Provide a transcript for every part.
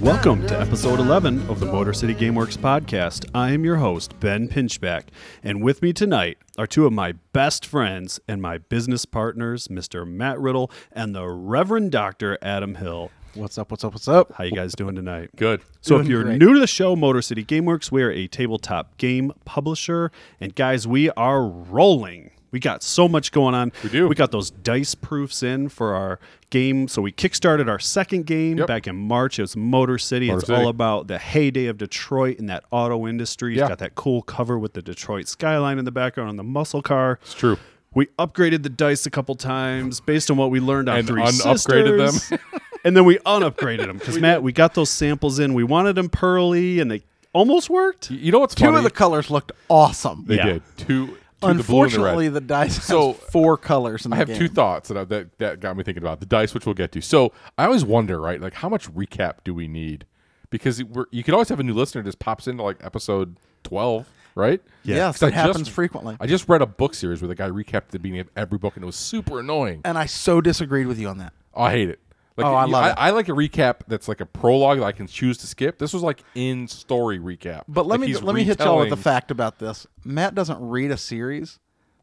Welcome to episode 11 of the Motor City Gameworks podcast. I am your host, Ben Pinchback, and with me tonight are two of my best friends and my business partners, Mr. Matt Riddle and the Reverend Dr. Adam Hill. What's up? What's up? What's up? How you guys doing tonight? Good. So if you're new to the show, Motor City Gameworks, we are a tabletop game publisher, and guys, we are rolling. We got so much going on. We do. We got those dice proofs in for our game. So we kickstarted our second game Yep. back in March. It was Motor City. it's City. all about the heyday of Detroit and that auto industry. It's Yeah. got that cool cover with the Detroit skyline in the background on the muscle car. It's true. We upgraded the dice a couple times based on what we learned on And Three un-upgraded them. Sisters. and then we unupgraded them because Matt, we got those samples in. We wanted them pearly, and they almost worked. You know what's Two funny? of the colors looked awesome. they Yeah. did two. two Unfortunately, the blue and the red. the, dice has So, four colors in the I have game. two thoughts that, I, that that got me thinking about the dice, which we'll get to. So I always wonder, right? Like, how much recap do we need? Because we're, you could always have a new listener that just pops into like episode twelve, right? Yeah. yes, 'Cause I it happens just- frequently. I just read a book series where the guy recapped the beginning of every book, and it was super annoying. and I so disagreed with you on that. Oh, I hate it. Like, Oh, I you- love I, it. I like a recap that's like a prologue that I can choose to skip. This was like in story recap. But let Like, me he's let me hit y'all with the retelling- fact about this. Matt doesn't read a series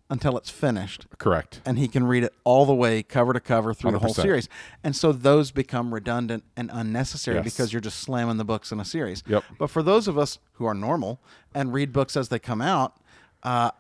until it's finished, Correct. and he can read it all the way, cover to cover, through the whole 100%. series. And so those become redundant and unnecessary Yes. because you're just slamming the books in a series. Yep. But for those of us who are normal and read books as they come out, uh,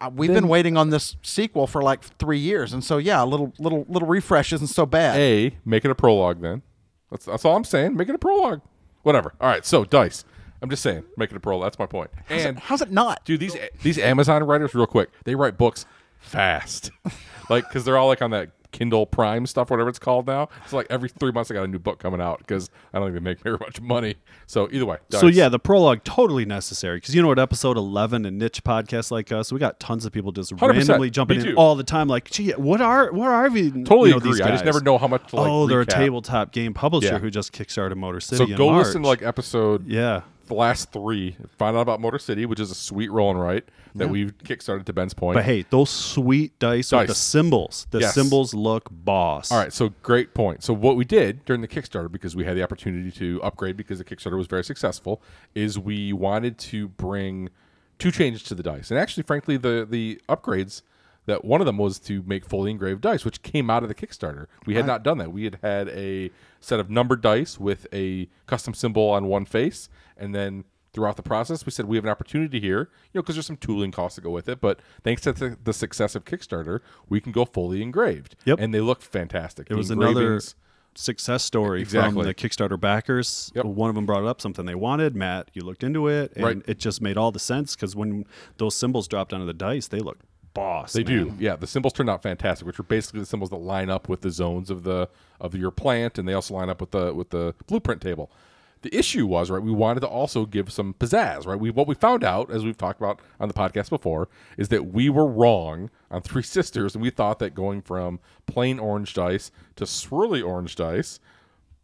w- we've been waiting on this sequel for like three years, and so yeah, a little little little refresh isn't so bad. A, make it a prologue then. That's that's all I'm saying. Make it a prologue. Whatever. All right. So dice. I'm just saying, make it a prologue. That's my point. And How's it not? dude, these these Amazon writers, real quick, they write books fast, like because they're all like on that Kindle Prime stuff, whatever it's called now. It's like every three months I got a new book coming out because I don't even make very much money. So either way, So dice. yeah, the prologue totally necessary because you know what? Episode eleven, a niche podcast like us, we got tons of people just 100%. randomly jumping Me in too. all the time. Like, gee, what are what are we? you Totally know, agree. These I just guys? never know how much to, like, oh, they're a recap. tabletop game publisher Yeah. who just kickstarted Motor City. So in go March. listen to like episode yeah, the last three. Find out about Motor City, which is a sweet roll and write that we've kickstarted to Ben's point. but hey, those sweet dice, with the Dice. symbols, the Yes. symbols look boss. All right, so great point. So what we did during the Kickstarter, because we had the opportunity to upgrade because the Kickstarter was very successful, is we wanted to bring two changes to the dice. And actually, frankly, the the upgrades that one of them was to make fully engraved dice, which came out of the Kickstarter. We had not done that. We had had a set of numbered dice with a custom symbol on one face, and then throughout the process we said we have an opportunity here you know because there's some tooling costs that go with it but thanks to the, the success of kickstarter we can go fully engraved Yep. and they look fantastic It was another engravings. success story Exactly. from the Kickstarter backers. Yep. One of them brought up something they wanted. Matt, you looked into it, and Right. it just made all the sense because when those symbols dropped onto the dice, they look boss. They do, yeah. The symbols turned out fantastic, which are basically the symbols that line up with the zones of the of your plant, and they also line up with the with the blueprint table. The issue was right. We wanted to also give some pizzazz, right? We what we found out, as we've talked about on the podcast before, is that we were wrong on Three Sisters, and we thought that going from plain orange dice to swirly orange dice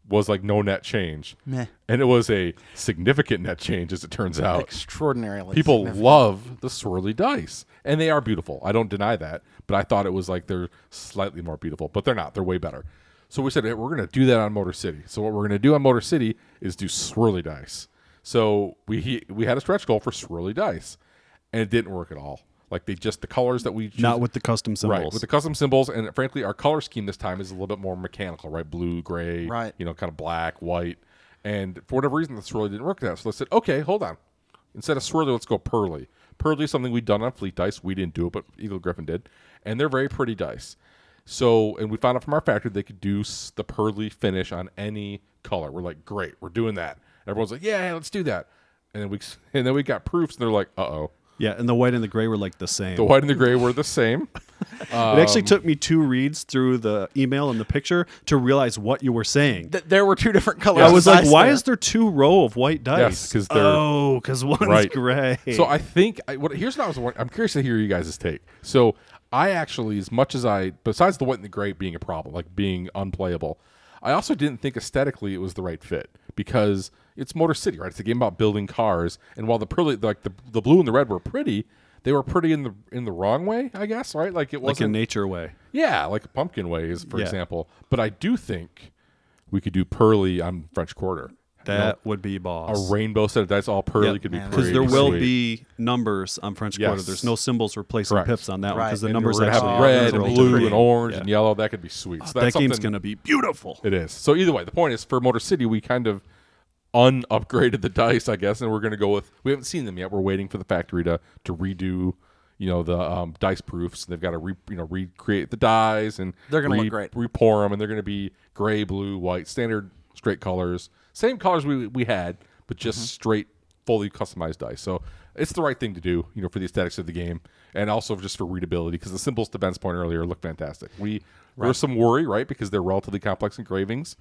was like no net change, Meh. and it was a significant net change, as it turns out. Extraordinarily. People significant. love the swirly dice, and they are beautiful. I don't deny that, but I thought it was like they're slightly more beautiful, but they're not. They're way better. So we said hey, we're going to do that on Motor City. So what we're going to do on Motor City is do swirly dice. So we he- we had a stretch goal for swirly dice, and it didn't work at all. Like they just the colors that we choose, Not with the custom symbols. right with the custom symbols, and frankly, our color scheme this time is a little bit more mechanical, right? Blue, gray, Right. You know, kind of black, white, and for whatever reason, the swirly didn't work out. So I said, okay, hold on. Instead of swirly, let's go pearly. Pearly is something we'd done on Fleet Dice. We didn't do it, but Eagle Griffin did, and they're very pretty dice. So, and we found out from our factory they could do s- the pearly finish on any color. We're like, great, we're doing that. Everyone's like, yeah, let's do that. And then we s- and then we got proofs, and they're like, uh oh, yeah, and the white and the gray were like the same. the um, white and the gray were the same. it actually took me two reads through the email and the picture to realize what you were saying. Th- there were two different colors. I was of like, dice why there. is there two row of white dice? Yes, 'cause they're- oh, because one's Right. gray. So I think I, what here's what I was wondering- I'm curious to hear you guys' take. So I actually, as much as I, besides the white and the gray being a problem, like being unplayable, I also didn't think aesthetically it was the right fit because it's Motor City, right? It's a game about building cars, and while the pearly, like the, the blue and the red were pretty, they were pretty in the in the wrong way, I guess, right? Like it like wasn't in nature way. yeah, like pumpkin ways, for Yeah. example. But I do think we could do pearly on French Quarter. That would be boss. a rainbow set of dice, all pearly could be Man, because there pretty will sweet. be numbers on French Quarter. Yes. There's no symbols replacing Correct. pips on that one Right. because the And numbers we're gonna actually have are red and literally blue different. and orange Yeah. Oh, and yellow. That could be sweet. So that that's game's something- going to be beautiful. It is. So either way, the point is for Motor City, we kind of un-upgraded the dice, I guess, and we're going to go with. We haven't seen them yet. We're waiting for the factory to to redo, you know, the um, dice proofs. They've got to re, you know recreate the dies and They're gonna re, look great. Repour them, and they're going to be gray, blue, white, standard straight colors, same colors we we had, but just straight, fully customized dice. So. It's the right thing to do, you know, for the aesthetics of the game, and also just for readability, because the symbols, to Ben's point earlier, look fantastic. We there was some worry, right, because they're relatively complex engravings,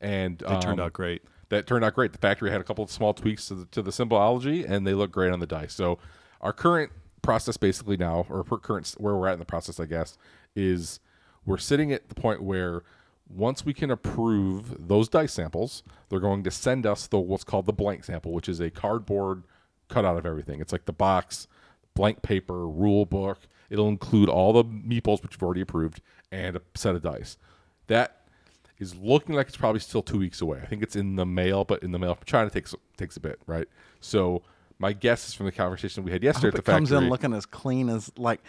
and um, It turned out great. that turned out great. The factory had a couple of small tweaks to the, to the symbology, and they look great on the dice. So our current process, basically now, or per current where we're at in the process, I guess, is we're sitting at the point where once we can approve those dice samples, they're going to send us the what's called the blank sample, which is a cardboard cutout of everything. It's like the box, blank paper, rule book. It'll include all the meeples which you've already approved and a set of dice. That is looking like it's probably still two weeks away. I think it's in the mail, but in the mail from China takes takes a bit, right? So my guess is from the conversation we had yesterday Hope at it the comes factory. in looking as clean as like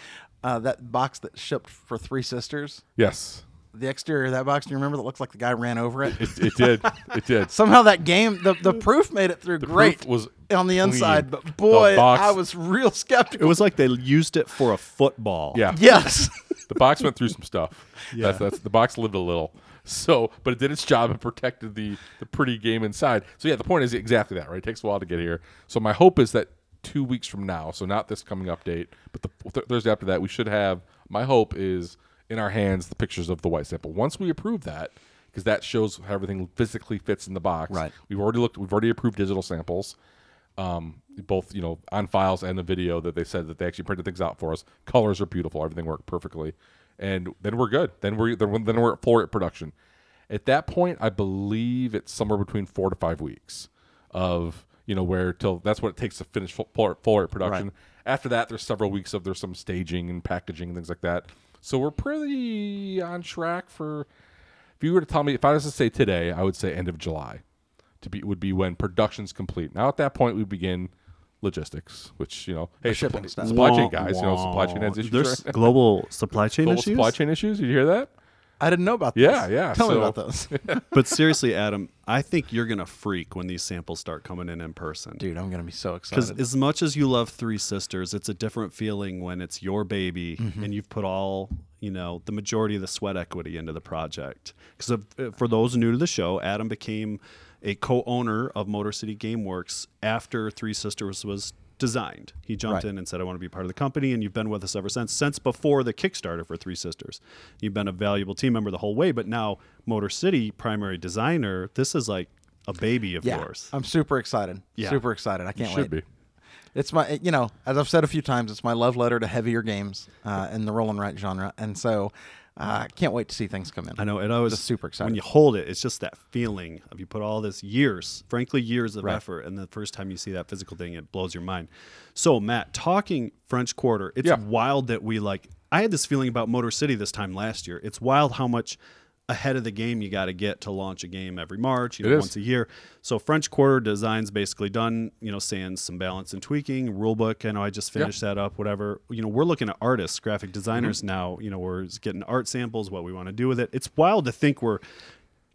uh, that box that shipped for Three Sisters. yes, The exterior of that box, do you remember that looks like the guy ran over it? it, it did. It did. Somehow that game, the, the proof made it through great proof was on the clean. inside, The but boy, box- I was real It skeptical. was like they used it for a football. Yeah. yes. the box went through some stuff. That's, that's the box lived a little. So, but it did its job and protected the the pretty game inside. So yeah, the point is exactly that, right? It takes a while to get here. So my hope is that two weeks from now, so not this coming update, but the th- Thursday after that, we should have. My hope is in our hands the pictures of the white sample. Once we approve that, because that shows how everything physically fits in the box. Right. We've already looked. We've already approved digital samples, um, both you know on files and the video that they said that they actually printed things out for us. Colors are beautiful. Everything worked perfectly, and then we're good. Then we're then then we're at floor at production. At that point, I believe it's somewhere between four to five weeks of you know where till that's what it takes to finish full, full, full art production. After that, there's several weeks of there's some staging and packaging and things like that. So we're pretty on track for. If you were to tell me, if I was to say today, I would say end of July to be would be when production's complete. Now at that point we begin logistics, which you know, hey, shipping supply, stuff. supply chain Wah, guys, you know, supply chain wah. has issues. There's right? global supply chain Global issues. supply chain issues. Did you hear that? I didn't know about this. Yeah, yeah. Tell me So- about those. But seriously, Adam, I think you're going to freak when these samples start coming in in person. Dude, I'm going to be so Because excited. as much as you love Three Sisters, it's a different feeling when it's your baby Mm-hmm. and you've put all, you know, the majority of the sweat equity into the project. Because for those new to the show, Adam became a co owner of Motor City Gameworks after Three Sisters was designed. He jumped Right. in and said, I want to be part of the company. And you've been with us ever since, since before the Kickstarter for Three Sisters. You've been a valuable team member the whole way, but now Motor City, primary designer, this is like a baby of Yeah. yours. I'm super excited. Yeah. Super excited. I can't wait. Should be. It's my, you know, as I've said a few times, it's my love letter to heavier games uh, in the roll and write genre, and so I uh, can't wait to see things come in. I know it always Just super excited. when you hold it. It's just that feeling of you put all this years, frankly, years of effort, and the first time you see that physical thing, it blows your mind. So Matt, talking French Quarter, it's Yeah. wild that we like. I had this feeling about Motor City this time last year. It's wild how much ahead of the game you got to get to launch a game every March, you It know, is. once a year. So French Quarter design's basically done. You know, sans some balance and tweaking, rule book. I know I just finished that up. Whatever. You know, we're looking at artists, graphic designers Mm-hmm. now. You know, we're getting art samples, what we want to do with it. It's wild to think we're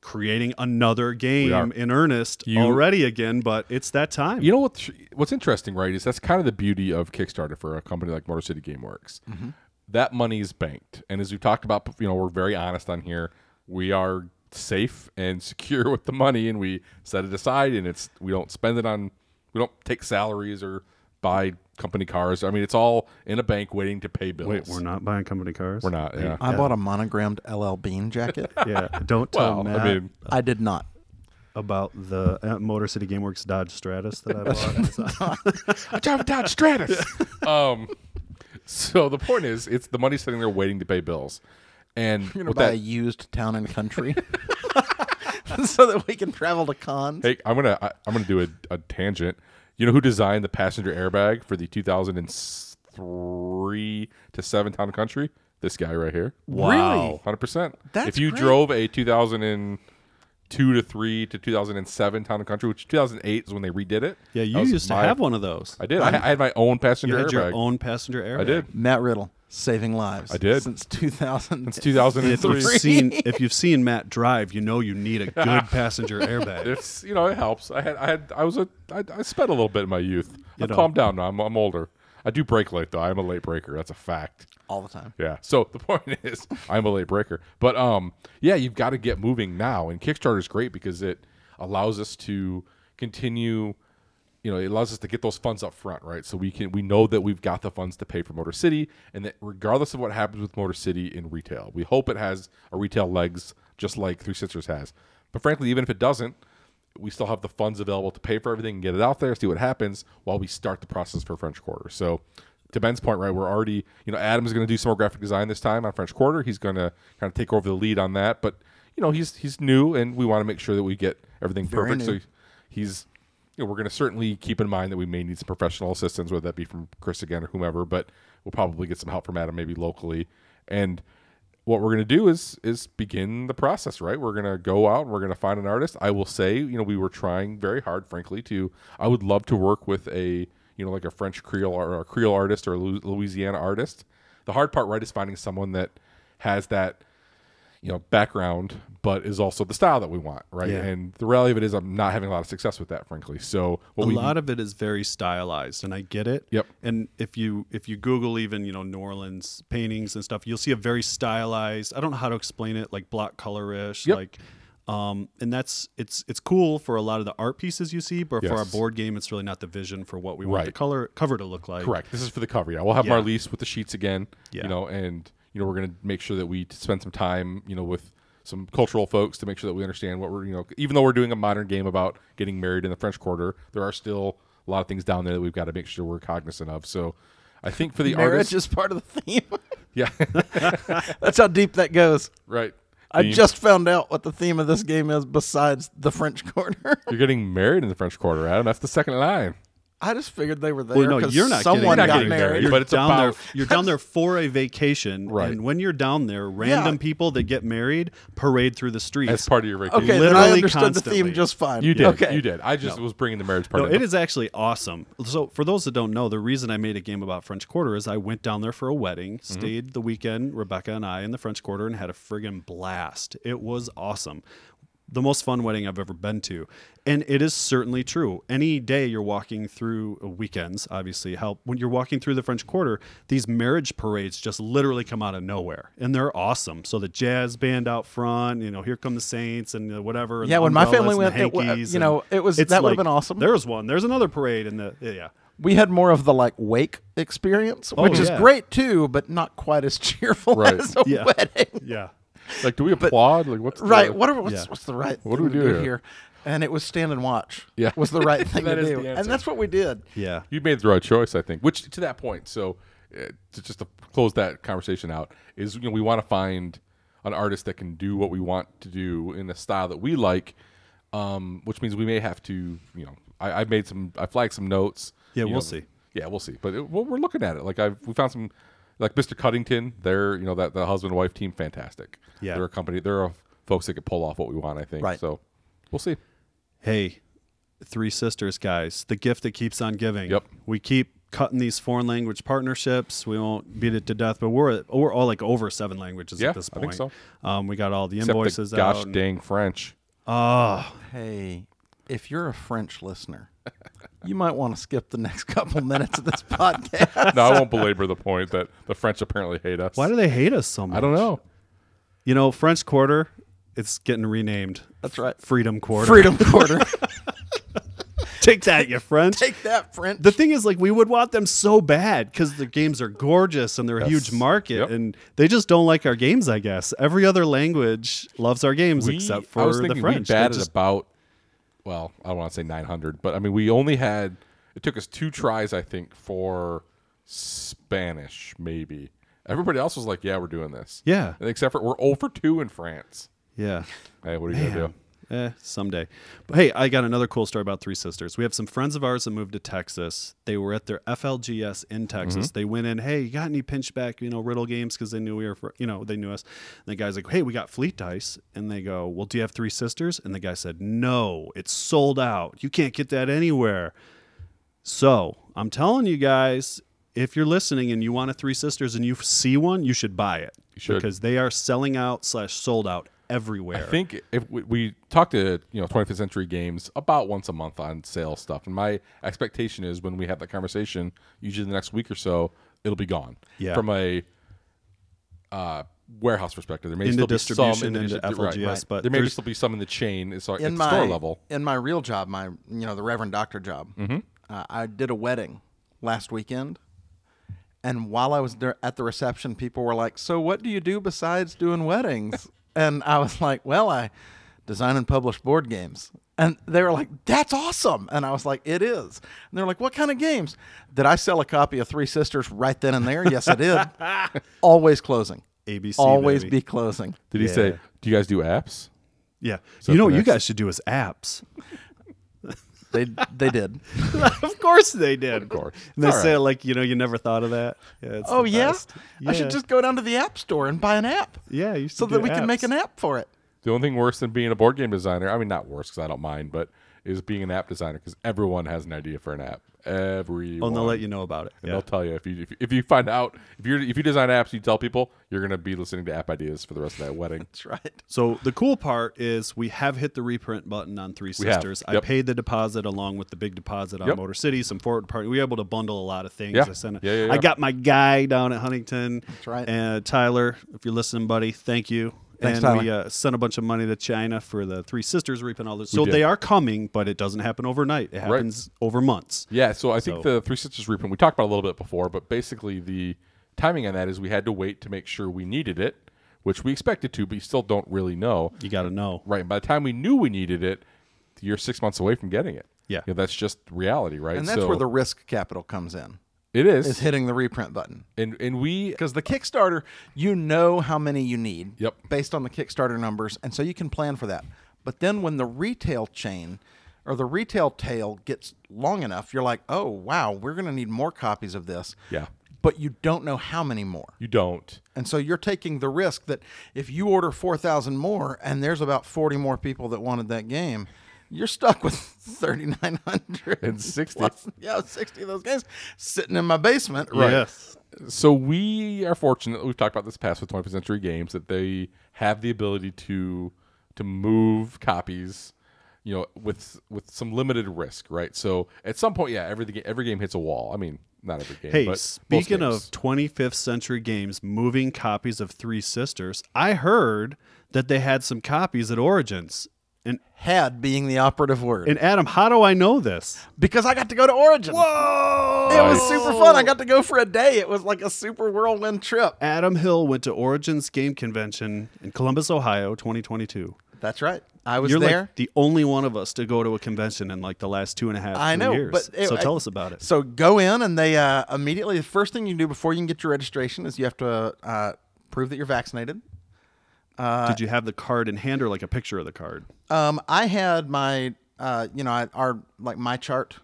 creating another game in earnest You- already again, but it's that time. You know what? What's interesting, right? Is that's kind of the beauty of Kickstarter for a company like Motor City GameWorks. That money is banked, and as we've talked about, you know, we're very honest on here. We are safe and secure with the money, and we set it aside, and it's we don't spend it on, we don't take salaries or buy company cars. I mean, it's all in a bank waiting to pay bills. Wait, we're not buying company cars. We're not. Yeah. I bought a monogrammed LL Bean jacket. Yeah, don't tell Well, I Matt mean- I did not. about the uh, Motor City GameWorks Dodge Stratus that I bought. I drive a Dodge Stratus. um, so the point is, it's the money sitting there waiting to pay bills, and I'm gonna with buy that, a used town and country so that we can travel to cons. Hey, I'm gonna I, I'm gonna do a, a tangent. You know who designed the passenger airbag for the 2003 to seven town country? This guy right here. Wow. Really? 100. percent That's If you great. drove a 2000 and two to three to 2007 Town and Country, which 2008 is when they redid it. Yeah, That you was used to my- have one of those. I did. I, I had my own you passenger had your airbag. own passenger airbag. I did. Matt Riddle saving lives. I did. since 2000. Since If you've 2003. seen if you've seen Matt drive, you know you need a good passenger airbag. It's you know it helps. I had I had I was a I, I sped a little bit in my youth. I know. calmed down now. I'm, I'm older. I do break late though. I'm a late breaker. That's a fact. all the time. Yeah. So the point is, I'm a late breaker. But um, yeah, you've got to get moving now, and Kickstarter is great because it allows us to continue. You know, it allows us to get those funds up front, right? So we can we know that we've got the funds to pay for Motor City, and that regardless of what happens with Motor City in retail, we hope it has a retail legs just like Three Sisters has. But frankly, even if it doesn't, we still have the funds available to pay for everything and get it out there, see what happens while we start the process for French Quarter. So, to Ben's point, right, we're already, you know, Adam's going to do some more graphic design this time on French Quarter. He's going to kind of take over the lead on that, but you know, he's he's new, and we want to make sure that we get everything Very perfect. new. So he's, you know, we're going to certainly keep in mind that we may need some professional assistance, whether that be from Chris again or whomever, but we'll probably get some help from Adam maybe locally, and what we're going to do is is begin the process right we're going to go out and we're going to find an artist i will say you know we were trying very hard frankly to i would love to work with a you know like a french creole or a creole artist or a Lu- louisiana artist the hard part right is finding someone that has that you know background but is also the style that we want right Yeah. and the reality of it is i'm not having a lot of success with that frankly so what A we lot of it is very stylized, and I get it. Yep. And if you if you Google even you know New Orleans paintings and stuff, you'll see a very stylized. I don't know how to explain it, like block colorish, Yep. like. Um, and that's it's it's cool for a lot of the art pieces you see, but for a Yes. board game, it's really not the vision for what we want the Right. color cover to look like. Correct. This is for the cover. Yeah, we'll have Yeah. Marlise with the sheets again. Yeah. You know, and you know we're gonna make sure that we t- spend some time, you know, with some cultural folks to make sure that we understand what we're, you know, even though we're doing a modern game about getting married in the French Quarter, there are still a lot of things down there that we've got to make sure we're cognizant of. So, I think for the Marriage artists, is part of the theme. yeah, That's how deep that goes. right. I You- just found out what the theme of this game is besides the French Corner. you're getting married in the French Quarter, Adam. That's the second line. I just figured they were there. Well, no, 'cause you're not getting- Someone You're not got getting married. married. You're But it's down about- there. You're down there for a vacation, Right. and when you're down there, random people that get married parade through the streets That's part of your vacation. Okay, then I Literally understood the constantly. theme just fine. You did. Okay. You did. I just was bringing the marriage part. No, in. it is actually awesome. So, for those that don't know, the reason I made a game about French Quarter is I went down there for a wedding, stayed the weekend, Rebecca and I, in the French Quarter, and had a friggin' blast. It was awesome. The most fun wedding I've ever been to. And it is certainly true. Any day you're walking through uh, weekends, obviously, help. When you're walking through the French Quarter, these marriage parades just literally come out of nowhere and they're awesome. So the jazz band out front, you know, here come the Saints and the whatever. and Yeah, the when my umbrellas family and the went, it wa- hankies you and know, it was- it's that would've been awesome. There's one. There's another parade in the yeah. yeah. We had more of the like wake experience, which is yeah. great too, but not quite as cheerful Right. as a Yeah. wedding. Yeah. like, do we applaud? Like, what's the- Right. What are, what's, Yeah. what's the right What do thing we to do do here? here? And it was stand and watch. Yeah. Was the right thing That to is do. the And answer. that's what we did. Yeah. You made the right choice, I think. Which to that point, so uh, to just to close that conversation out is you know we want to find an artist that can do what we want to do in a style that we like, um, which means we may have to you know I, I've made some I flagged some notes. Yeah, you we'll know. see. Yeah, we'll see. But it, well, we're looking at it. Like I've we found some like Mr. Cuddington. They're you know that the husband wife team fantastic. Yeah. they're a company. They're a, folks that could pull off what we want. I think. Right. So we'll see. Hey, three sisters, guys. The gift that keeps on giving. Yep. We keep cutting these foreign language partnerships. We won't beat it to death, but we're we're all like over seven languages Yeah, at this I point. think so. Um, we got all the Except the invoices gosh out. dang French. Oh, Hey, if you're a French listener, you might want to skip the next couple minutes of this podcast. no, I won't belabor the point that the French apparently hate us. why do they hate us so much? I don't know. You know, French Quarter. It's getting renamed. That's right. Freedom Quarter. Freedom Quarter. Take that, you French. Take that, French. the thing is like we would want them so bad because the games are gorgeous and they're a huge market Yep. and they just don't like our games i guess every other language loves our games except for I was the thinking french They we batted just- about. Well, I don't want to say 900, but I mean we only had. It took us two tries, I think, for Spanish. Maybe everybody else was like, "Yeah, we're oh doing this." Yeah. And except for we're over two in France. yeah Hey, what are you gonna do? Eh, someday. But hey, I got another cool story about Three Sisters. We have some friends of ours that moved to Texas. They were at their FLGS in Mm-hmm. Texas. They went in, hey, you got any pinchback, you know, riddle games? Because they knew we were, fr- you know, they knew us. And the guy's like, hey, we got Fleet Dice. And they go, well, do you have Three Sisters? And the guy said, no, it's sold out. You can't get that anywhere. So I'm telling you guys, if you're listening and you want a Three Sisters and you see one, you should buy it. You should. Because they are selling out slash sold out everywhere. I think if we, we talk to you know 25th century games about once a month on sale stuff, and my expectation is when we have that conversation, usually the next week or so, it'll be gone. Yeah. From a uh, warehouse perspective, there may Into still be distribution, some in the into distri- right, FLGS, right. but there may there's- still be some in the chain. It's at the in my store level. Mm-hmm. in my real job, my you know the Reverend Doctor job. Uh, I did a wedding last weekend, and while I was there at the reception, people were like, "So what do you do besides doing weddings?" and I was like, "Well, I design and publish board games." And they were like, "That's awesome!" And I was like, "It is." And they're like, "What kind of games?" Did I sell a copy of Three Sisters right then and there? Yes, I did. Always closing. ABC, Always baby. be closing. Did he say, "Do you guys do apps?" Yeah. you know for what you next- guys should do is apps. They they did. of course they did. Of course. And they It's all say right. it like, you know, you never thought of that. Yeah, it's Oh the yeah? best. I should just go down to the app store and buy an app. Yeah, you should So that do we can make apps. an app for it. The only thing worse than being a board game designer, I mean, not worse because I don't mind, but is being an app designer because everyone has an idea for an app. Everyone. Oh, and they'll let you know about it. And Yeah. they'll tell you if you if, you- if you find out if you if you design apps, you tell people you're gonna be listening to app ideas for the rest of that wedding. That's right. So the cool part is we have hit the reprint button on Three We have. Sisters. I Yep. paid the deposit along with the big deposit on Yep. Motor City, some forward party. We were able to bundle a lot of things. Yeah. I sent. A, Yeah, yeah, I yeah. got my guy down at Huntington. That's right. And Tyler, if you're listening, buddy, thank you. Thanks, and we uh, sent a bunch of money to China for the Three Sisters reprint. All this. So did. they are coming, but it doesn't happen overnight. It happens over months. Yeah, so I So- think the three sisters reprint we talked about a little bit before, but basically the timing on that is we had to wait to make sure we needed it, which we expected to, but you still don't really know. You got to know. Right. And by the time we knew we needed it, you're six months away from getting it. Yeah. You know, that's just reality, right? And that's So where the risk capital comes in. it is. Is hitting the reprint button. and and we Because the Kickstarter, you know how many you need Yep. based on the Kickstarter numbers, and so you can plan for that. But then when the retail chain or the retail tail gets long enough, you're like, oh wow, we're gonna need more copies of this. Yeah. But you don't know how many more. you don't. And so you're taking the risk that if you order 4,000 more and there's about 40 more people that wanted that game, you're stuck with 3,900 And 60. plus- yeah, 60 of those games sitting in my basement. Right. Yes. so we are fortunate. We've talked about this past with 20th Century Games that they have the ability to to move copies, you know, with with some limited risk, right? So at some point, yeah, every the ga- every game hits a wall. I mean, not every game. Hey, but speaking most of games. 25th century games moving copies of Three Sisters, I heard that they had some copies at Origins. And Had being the operative word. and Adam, how do I know this? because I got to go to Origin. Whoa! It was super fun. I got to go for a day. It was like a super whirlwind trip. Adam Hill went to Origins Game Convention in Columbus, Ohio, 2022. That's right. I was You're there. like the only one of us to go to a convention in like the last two and a half I three know, years. but it- so I- tell us about it. So go in, and they uh, immediately the first thing you do before you can get your registration is you have to uh, prove that you're vaccinated. Uh, Did you have the card in hand or like a picture of the card? Um, I had my, uh, you know, I, our like my chart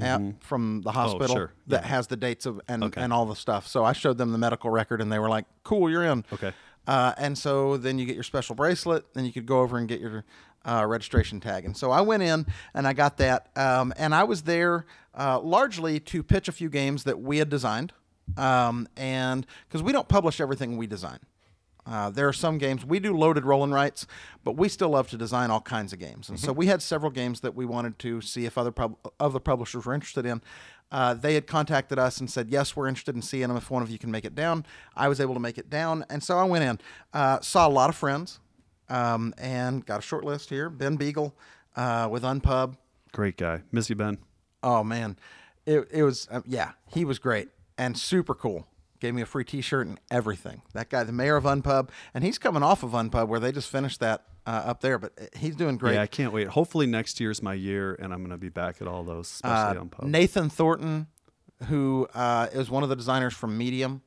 app from the hospital sure. that has the dates of and and all the stuff. So I showed them the medical record, and they were like, "Cool, you're in." Okay. Uh, and so then you get your special bracelet, then you could go over and get your uh, registration tag. And so I went in and I got that, um, and I was there uh, largely to pitch a few games that we had designed, um, and because we don't publish everything we design. Uh, there are some games we do loaded roll and rights, but we still love to design all kinds of games. And so we had several games that we wanted to see if other pub- other publishers were interested in. Uh, they had contacted us and said, "Yes, we're interested in seeing them. If one of you can make it down, I was able to make it down, and so I went in, uh, saw a lot of friends, um, and got a short list here. Ben Beagle uh, with Unpub. Great guy. Miss you, Ben. Oh man, it it was uh, yeah, he was great and super cool. Gave me a free T-shirt and everything. That guy, the mayor of Unpub, and he's coming off of Unpub where they just finished that uh, up there, but he's doing great. Yeah, I can't wait. Hopefully next year's my year, and I'm going to be back at all those, Uh, especially on pub. Nathan Thornton, who uh, is one of the designers from Medium,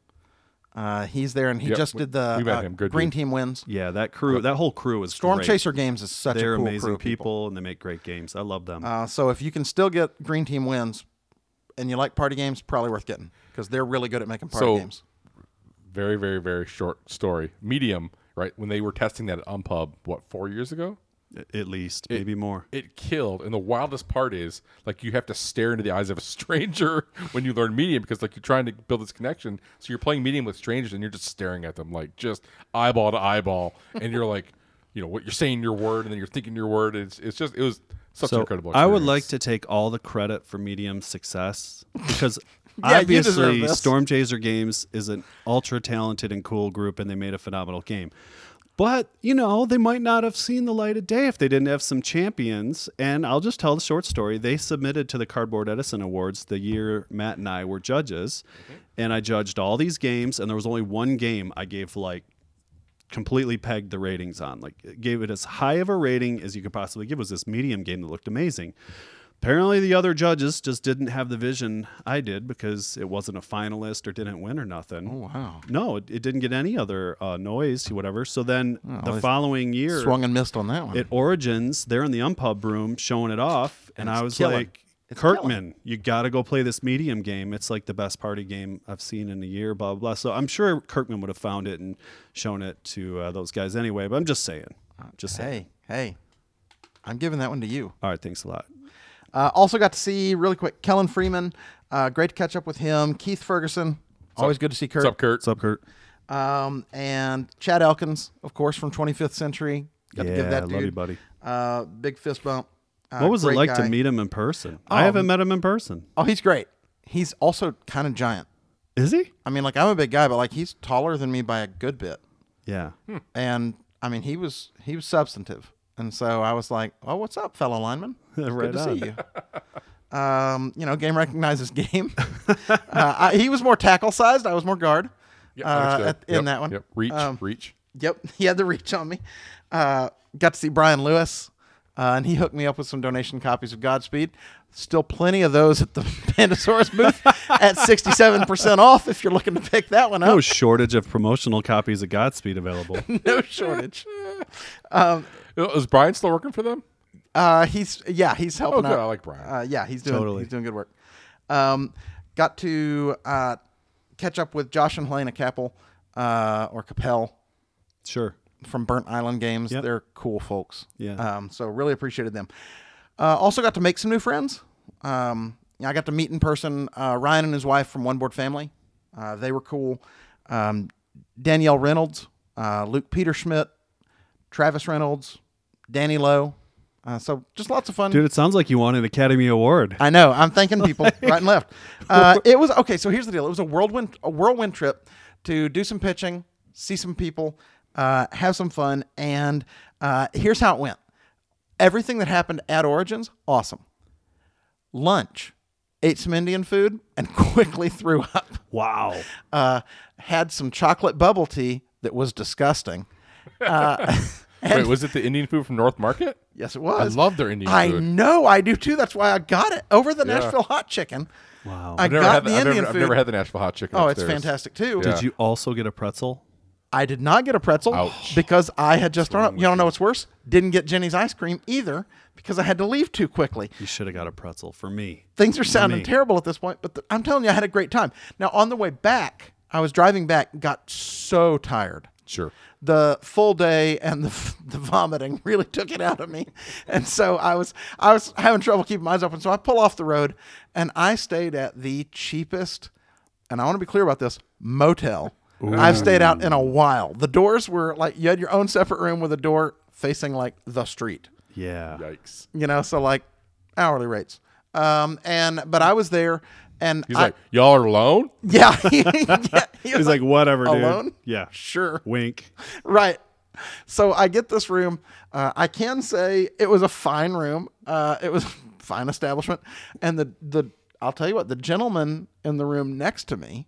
Uh, he's there, and he Yep, just we- did the we met uh, him. Good Green dude. Team wins. Yeah, that crew, that whole crew is Storm great. Chaser Games is such They're a cool amazing crew of people, and they make great games. I love them. Uh, so if you can still get Green Team wins, and you like party games, probably worth getting because they're really good at making party So- games. Very, very, very short story. Medium, right? When they were testing that at Umpub, what, four years ago? A- At least, maybe more. It killed. And the wildest part is, like, you have to stare into the eyes of a stranger when you learn Medium because, like, you're trying to build this connection. So you're playing Medium with strangers and you're just staring at them, like, just eyeball to eyeball. and you're like, you know, what you're saying your word and then you're thinking your word. It's, it's just, it was such an So incredible I would like experience. to take all the credit for Medium's success because Yeah, you deserve obviously this. Storm Chaser Games is an ultra talented and cool group, and they made a phenomenal game. But you know they might not have seen the light of day if they didn't have some champions. And I'll just tell the short story. They submitted to the Cardboard Edison Awards the year Matt and I were judges, and I judged all these games. And there was only one game I gave like completely pegged the ratings on. Like it gave it as high of a rating as you could possibly give. It was this medium game that looked amazing. Apparently the other judges just didn't have the vision I did because it wasn't a finalist or didn't win or nothing. Oh wow. No, it, it didn't get any other uh, noise, whatever. So then the they following year Swung and missed on that one. at Origins, they're in the umpub room showing it off, and, it's I was killing. like, It's Kirkman, you got to go play this medium game. It's like the best party game I've seen in a year, blah, blah, blah. So I'm sure Kirkman would have found it and shown it to uh, those guys anyway, but I'm just saying. Just saying. Uh, hey, hey, I'm giving that one to you. All right, thanks a lot. Uh, also got to see really quick Kellen Freeman. Uh, great to catch up with him. Keith Ferguson. Always good to see Kurt. What's up, Kurt? What's up, Kurt? Um, and Chad Elkins, of course, from 25th Century. Got to Yeah, give that love dude. you, buddy. Uh, big fist bump. Uh, What was it great like guy. Um, to meet him in person? I haven't met him in person. Oh, he's great. He's also kind of giant. Is he? I mean, like I'm a big guy, but like he's taller than me by a good bit. Yeah. Hmm. And I mean, he was he was substantive, and so I was like, "Oh, what's up, fellow lineman? It's Right good to on. see you." um, you know, game recognizes game. uh, I, he was more tackle sized. I was more guard. Yep, uh, understood. at- in Yep, that one. Yep. Reach, Um, reach. Yep, he had the reach on me. Uh, got to see Brian Lewis, uh, and he hooked me up with some donation copies of Godspeed. Still plenty of those at the Pandasaurus booth at 67% off if you're looking to pick that one No up. shortage of promotional copies of Godspeed available. No shortage. Uh, Is Brian still working for them? Uh, he's yeah, he's helping good. out. I like Brian. Uh, yeah, he's doing Totally. he's doing good work. Um, got to uh, catch up with Josh and Helena Capel uh, or Capel sure. from Burnt Island Games. Yep. They're cool folks. Yeah. Um, so really appreciated them. Uh, also got to make some new friends. Um, I got to meet in person uh, Ryan and his wife from One Board Family. Uh, they were cool. Um, Danielle Reynolds, uh, Luke Peter Schmidt, Travis Reynolds, Danny Lowe. Uh, so just lots of fun. Dude, it sounds like you won an Academy Award. I know. I'm thanking people right and left. Uh, it was okay. So here's the deal. It was a whirlwind, a whirlwind trip to do some pitching, see some people, uh, have some fun, and uh, here's how it went. Everything that happened at Origins, awesome. Lunch, ate some Indian food, and quickly threw up. Wow. Uh, had some chocolate bubble tea that was disgusting. Uh, Wait, was it the Indian food from North Market? Yes, it was. love their Indian I food. know I do too. That's why I got it over the Nashville hot chicken. Wow. I I've never, got had the the, I've, Indian never, food. I've never had the Nashville hot chicken. Oh, it's upstairs. fantastic too. Did you also get a pretzel? I did not get a pretzel Ouch. because I had just thrown up. You don't know what's worse? Didn't get Jenny's ice cream either because I had to leave too quickly. You should have got a pretzel for me. Things are sounding me. terrible at this point, but th- I'm telling you, I had a great time. Now, on the way back, I was driving back, got so tired. Sure. The full day and the, f- the vomiting really took it out of me, and so I was I was having trouble keeping my eyes open. So I pull off the road, and I stayed at the cheapest, and I want to be clear about this motel I've stayed out in a while. The doors were like you had your own separate room with a door facing like the street Uh, Yeah. Yikes. you know so like hourly rates um and but i was there and He's I, like, y'all are alone? yeah, yeah, he was He's like, whatever, dude. alone Yeah. sure Wink. right so i get this room uh, i can say it was a fine room uh, it was a fine establishment and the the i'll tell you what the gentleman in the room next to me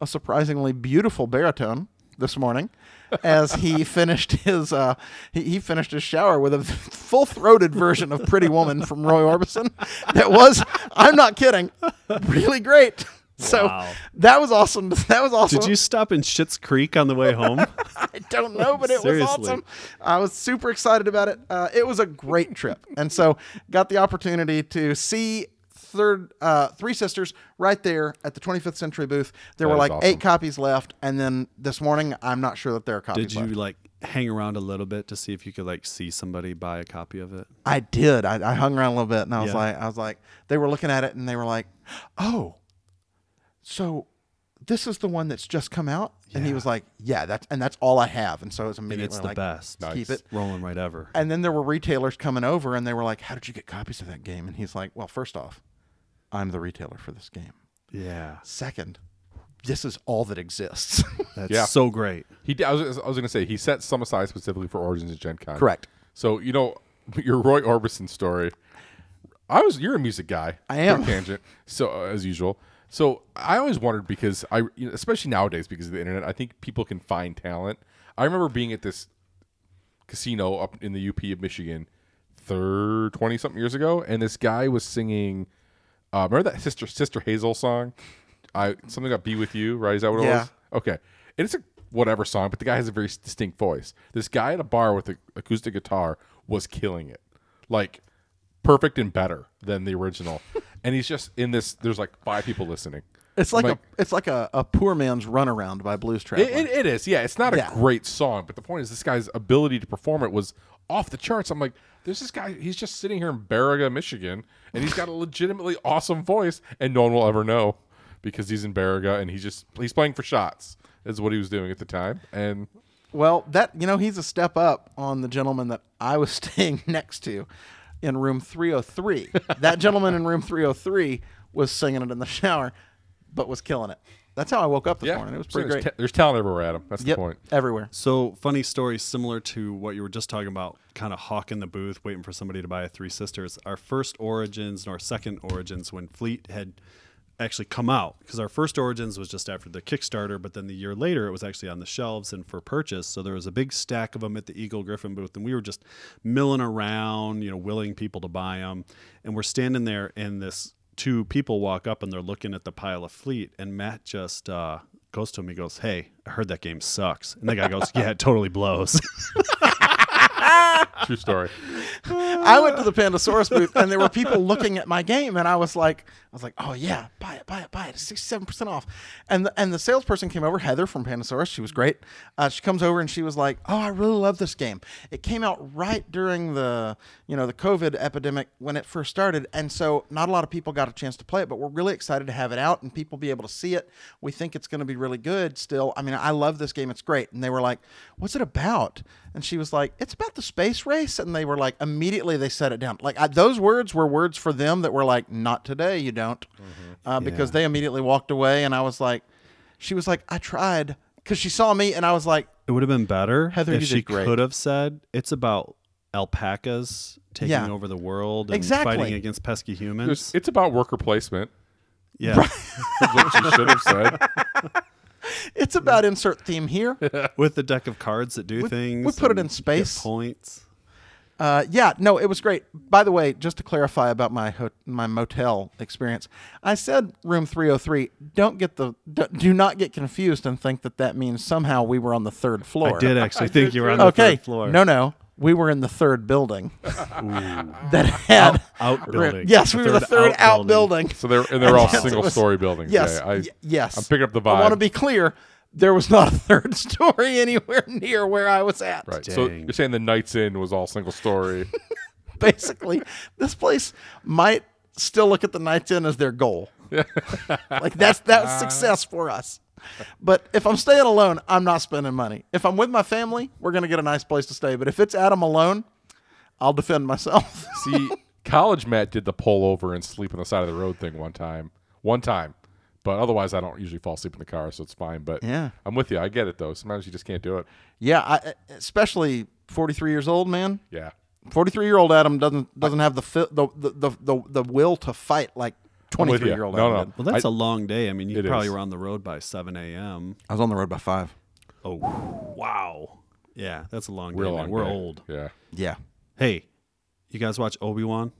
a surprisingly beautiful baritone this morning as he finished his uh, he, he finished his shower with a full-throated version of Pretty Woman from Roy Orbison that was I'm not kidding really great So Wow. that was awesome. That was awesome. Did you stop in Schitt's Creek on the way home? I don't know, but it Seriously. was awesome. I was super excited about it. Uh, it was a great trip, and so got the opportunity to see third uh, three sisters right there at the 25th Century booth. There That were is like awesome. eight copies left, and then this morning, I'm not sure that there are copies Did you left. like hang around a little bit to see if you could like see somebody buy a copy of it? I did. I, I hung around a little bit, and I was Yeah. like, I was like, they were looking at it, and they were like, "Oh, so this is the one that's just come out." And he was like, "Yeah, that's and that's all I have." And so it was immediately It's the like, best. "Keep it." Rolling right ever. And then there were retailers coming over, and they were like, "How did you get copies of that game?" And he's like, "Well, first off, I'm the retailer for this game. Yeah. Second, this is all that exists." That's Yeah. so great. He, d- I was, I was going to say, he set some aside specifically for Origins and Gen Con. Correct. So you know your Roy Orbison story. I was you're a music guy. I am. Quick tangent. So uh, as usual. So I always wondered because I, you know, especially nowadays because of the internet, I think people can find talent. I remember being at this casino up in the UP of Michigan, third twenty something years ago, and this guy was singing. Uh, remember that sister sister Hazel song? I something about "Be with You," right? Is that what it Yeah. was? Okay, and it's a whatever song, but the guy has a very s- distinct voice. This guy at a bar with an acoustic guitar was killing it, like perfect and better than the original. and he's just in this. There's like five people listening. it's like Like- a it's like a, a poor man's runaround by Blues Traveler. It, it, it is, yeah. It's not a Yeah. great song, but the point is, this guy's ability to perform it was off the charts. I'm like, there's this guy. He's just sitting here in Barriga, Michigan, and he's got a legitimately awesome voice, and no one will ever know because he's in Barriga and he's just he's playing for shots. Is what he was doing at the time, and Well, that you know, he's a step up on the gentleman that I was staying next to in room 303. that gentleman in room 303 was singing it in the shower, but was killing it. That's how I woke up this yeah, morning. It was so pretty there's great. ta- there's talent everywhere, Adam. That's yep, the point. everywhere. So funny story similar to what you were just talking about, kind of hawking the booth, waiting for somebody to buy a Three Sisters. Our first Origins and our second Origins when Fleet had actually come out because our first Origins was just after the Kickstarter, but then the year later it was actually on the shelves and for purchase. So there was a big stack of them at the Eagle Griffin booth, and we were just milling around, you know, willing people to buy them. And we're standing there, and this two people walk up and they're looking at the pile of Fleet, and Matt just. uh goes to him. He goes, "Hey, I heard that game sucks." And the guy goes, "Yeah, it totally blows." True story. I went to the Pandasaurus booth and there were people looking at my game and I was like I was like, "Oh yeah, buy it, buy it, buy it. It's 67% off." And the, and the salesperson came over, Heather from Pandasaurus, she was great. Uh, she comes over and she was like, "Oh, I really love this game. It came out right during the, you know, the COVID epidemic when it first started, and so not a lot of people got a chance to play it, but we're really excited to have it out and people be able to see it. We think it's going to be really good still. I mean, I love this game. It's great." And they were like, "What's it about?" And she was like, "It's about the space race." And they were like, immediately they set it down. Like I, those words were words for them that were like, "Not today, you don't," Mm-hmm. uh, because they immediately walked away. And I was like, she was like, "I tried," because she saw me, and I was like, it would have been better Heather, if you she did great. could have said, "It's about alpacas taking Yeah. over the world and Exactly. fighting against pesky humans." There's, it's about worker placement. yeah, is what you should have said. "It's about insert theme here." with the deck of cards that do We- things. we put it and in space. get points. Uh, yeah, no, it was great. By the way, just to clarify about my ho- my motel experience, I said room 303. Don't get the d- do not get confused and think that that means somehow we were on the third floor. I did actually think you were on the Okay. third floor. No, no, we were in the third building that had outbuilding. Yes, The we were the third third outbuilding. So they're and they're all Yes, it single was- story buildings. Yes, yeah, I, y- yes. I'm picking up the vibe. I want to be clear. There was not a third story anywhere near where I was at. right. So Dang. you're saying the Knights Inn was all single story. basically this place might still look at the Knights Inn as their goal. like that's that's success for us. But if I'm staying alone, I'm not spending money. If I'm with my family, we're gonna get a nice place to stay. But if it's Adam alone, I'll defend myself. See, college Matt did the pull over and sleep on the side of the road thing one time. One time. But otherwise, I don't usually fall asleep in the car, so it's fine. But Yeah. I'm with you. I get it though. Sometimes you just can't do it. yeah, I, e, especially 43 years old, man. Yeah. 43 year old Adam doesn't doesn't have the fi- the, the the the the will to fight like I'm with 23 you. year old. No, Adam no. did. Well, that's a long day. I mean, you It probably is. were on the road by 7 a.m. I was on the road by five. Oh, wow. Yeah, that's a long Real day. man. long We're day. old. Yeah. Yeah, Hey, you guys watch Obi Wan?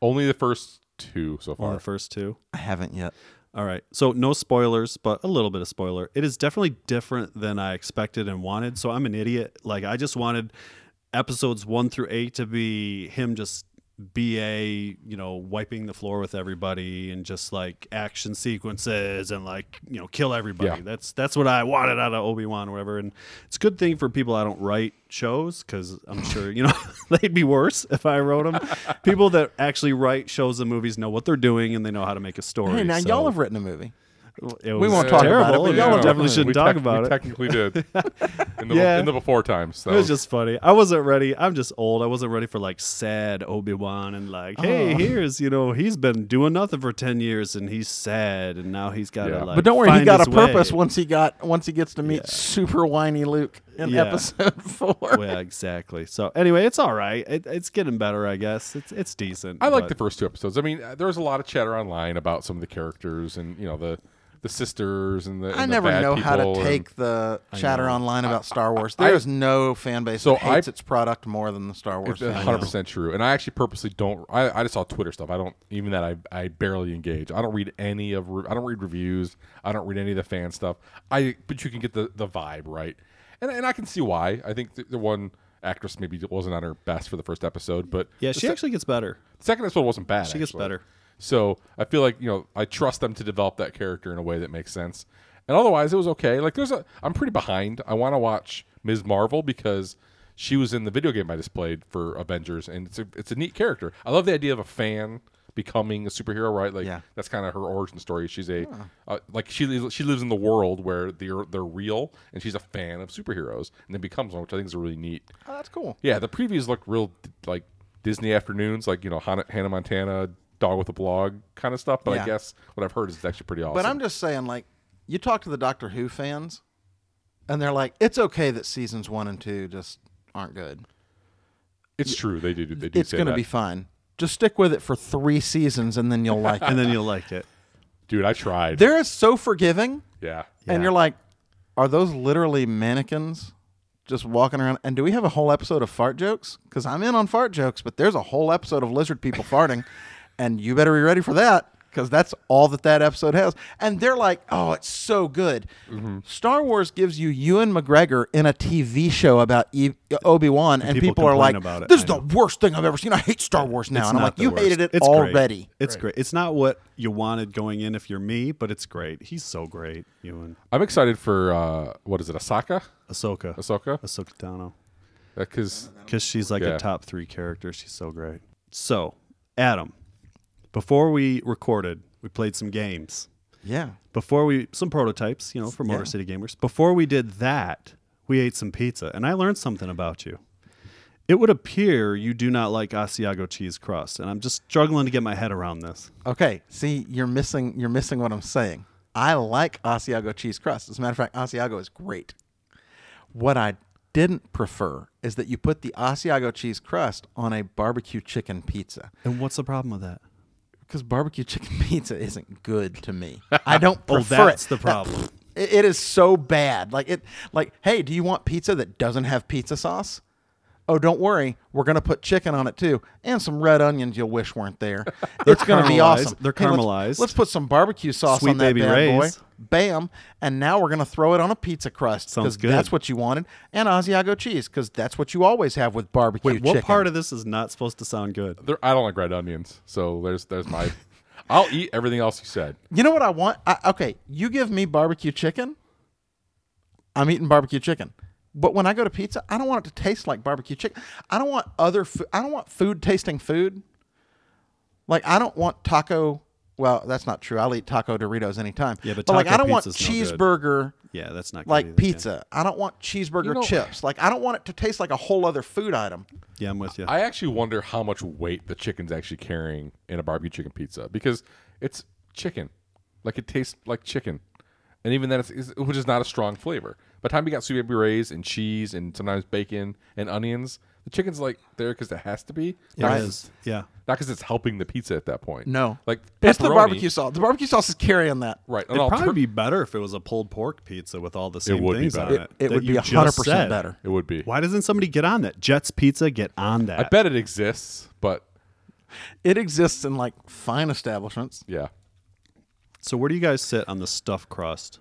Only the first two so One far. of the first two. I haven't yet. All right. So no spoilers, but a little bit of spoiler. It is definitely different than I expected and wanted. So I'm an idiot. Like I just wanted episodes one through eight to be him just ba you know wiping the floor with everybody and just like action sequences and like you know kill everybody Yeah. that's that's what i wanted out of obi-wan or whatever and it's a good thing for people i don't write shows because i'm sure you know they'd be worse if i wrote them people that actually write shows and movies know what they're doing and they know how to make a story Hey, now so y'all have wrritten a movie. it we was won't talk about it, terrible but and y'all we have definitely written it. shouldn't We talk tec- about we it Technically did in the, Yeah. in the before times. So. It was just funny. I wasn't ready. I'm just old. I wasn't ready for like sad Obi Wan and like, Oh. hey, here's you know he's been doing nothing for ten years and he's sad and now he's got to Yeah. like. But don't worry, he find got a his purpose way. once he got once he gets to meet super whiny Luke in Yeah. episode four. yeah, exactly. So anyway, it's all right. It, it's getting better, I guess. It's it's decent. I like but- the first two episodes. I mean, uh, there was a lot of chatter online about some of the characters and you know the the sisters and the. I and the never bad know how people to and- take the chatter online about Star Wars. I- There is no fan base So that hates I- its product more than the Star Wars. It's fan. hundred percent true, and I actually purposely don't. I, I just saw Twitter stuff. I don't even that. I, I barely engage. I don't read any of. re- I don't read reviews. I don't read any of the fan stuff. I but you can get the, the vibe right, and and I can see why. I think the, the one actress maybe wasn't at her best for the first episode, but Yeah, the she actually gets better. second episode wasn't bad. She gets actually. better. So I feel like you know I trust them to develop that character in a way that makes sense. And otherwise, it was okay. Like there's a I'm pretty behind. I want to watch Ms. Marvel because she was in the video game I displayed for Avengers, and it's a it's a neat character. I love the idea of a fan becoming a superhero, right? Like Yeah. that's kind of her origin story. She's a Ah. uh, like she li- she lives in the world where they're they're real, and she's a fan of superheroes, and then becomes one, which I think is a really neat Oh, that's cool. yeah, the previews look real like Disney afternoons, like you know Hannah, Hannah Montana, Dog with a Blog kind of stuff. But I Yeah. guess what I've heard is it's actually pretty awesome. But I'm just saying, like, you talk to the Doctor Who fans, and they're like, "It's okay that seasons one and two just aren't good. it's true they do. They do It's say going to that. be fine. Just stick with it for three seasons, and then you'll like it." And then you'll like it. dude. I tried. There is so forgiving, yeah, and Yeah. you're like, "Are those literally mannequins?" Just walking around, and do we have a whole episode of fart jokes? Because I'm in on fart jokes, but there's a whole episode of lizard people farting, and you better be ready for that because that's all that that episode has. And they're like, "Oh, it's so good." Mm-hmm. Star Wars gives you Ewan McGregor in a TV show about e- Obi Wan, and people people, are complain like, about it. "This I is the worst thing I've ever seen. I hate Star Wars now." It's and I'm not like, the "You worst. hated it It's great. already." It's great. It's not what you wanted going in if you're me, but it's great. He's so great, Ewan I'm excited for uh, what is it, Asaka? Ahsoka. Ahsoka? Uh, Ahsoka Tano. Because because she's like Yeah. a top three character. She's so great. So, Adam, before we recorded, we played some games. Yeah. Before we some prototypes, you know, for Motor Yeah. City Gamers. Before we did that, we ate some pizza, and I learned something about you. It would appear you do not like Asiago cheese crust, and I'm just struggling to get my head around this. Okay, see, you're missing you're missing what I'm saying. I like Asiago cheese crust. As a matter of fact, Asiago is great. What I didn't prefer is that you put the Asiago cheese crust on a barbecue chicken pizza And what's the problem with that? because barbecue chicken pizza isn't good to me. I don't Oh, prefer that's it. the That- problem. it- it is so bad. Like it. Like, hey, do you want pizza that doesn't have pizza sauce? Oh, don't worry. We're gonna put chicken on it too, and some red onions you'll wish weren't there. it's gonna be caramelized. awesome. They're Hey, let's- caramelized. Let's, put some barbecue sauce Sweet on that Baby bad Ray's. boy. Bam! And now we're gonna throw it on a pizza crust Sounds because good. that's what you wanted, and Asiago cheese because that's what you always have with barbecue Wait, what chicken. part of this is not supposed to sound good? there, I don't like red onions, so there's there's my. I'll eat everything else you said. You know what I want? I, okay, you give me barbecue chicken. I'm eating barbecue chicken. But when I go to pizza, I don't want it to taste like barbecue chicken. I don't want other food. I don't want food tasting food. Like I don't want taco. Well, that's not true. I'll eat taco Doritos anytime. Yeah, but like taco I don't want pizza's no good. cheeseburger Yeah, that's not good like either, yeah. pizza. I don't want cheeseburger You know- chips. Like I don't want it to taste like a whole other food item. Yeah, I'm with you. I actually wonder how much weight the chicken's actually carrying in a barbecue chicken pizza because it's chicken, like it tastes like chicken, and even then, it's, it's which is not a strong flavor. By the time you got sweet baby rays and cheese and sometimes bacon and onions, the chicken's like there because it has to be, It Right. is. Yeah. not because it's helping the pizza at that point. No, like it's the pepperoni- barbecue sauce. The barbecue sauce is carrying that. right? An It'd probably alter- be better if it was a pulled pork pizza with all the same would be things on better. it. It, it that would be you just hundred percent said. better. it would be. Why doesn't somebody get on that? Jets Pizza, get on I that. bet it exists, but It exists in like fine establishments. yeah, So where do you guys sit on the stuffed crust?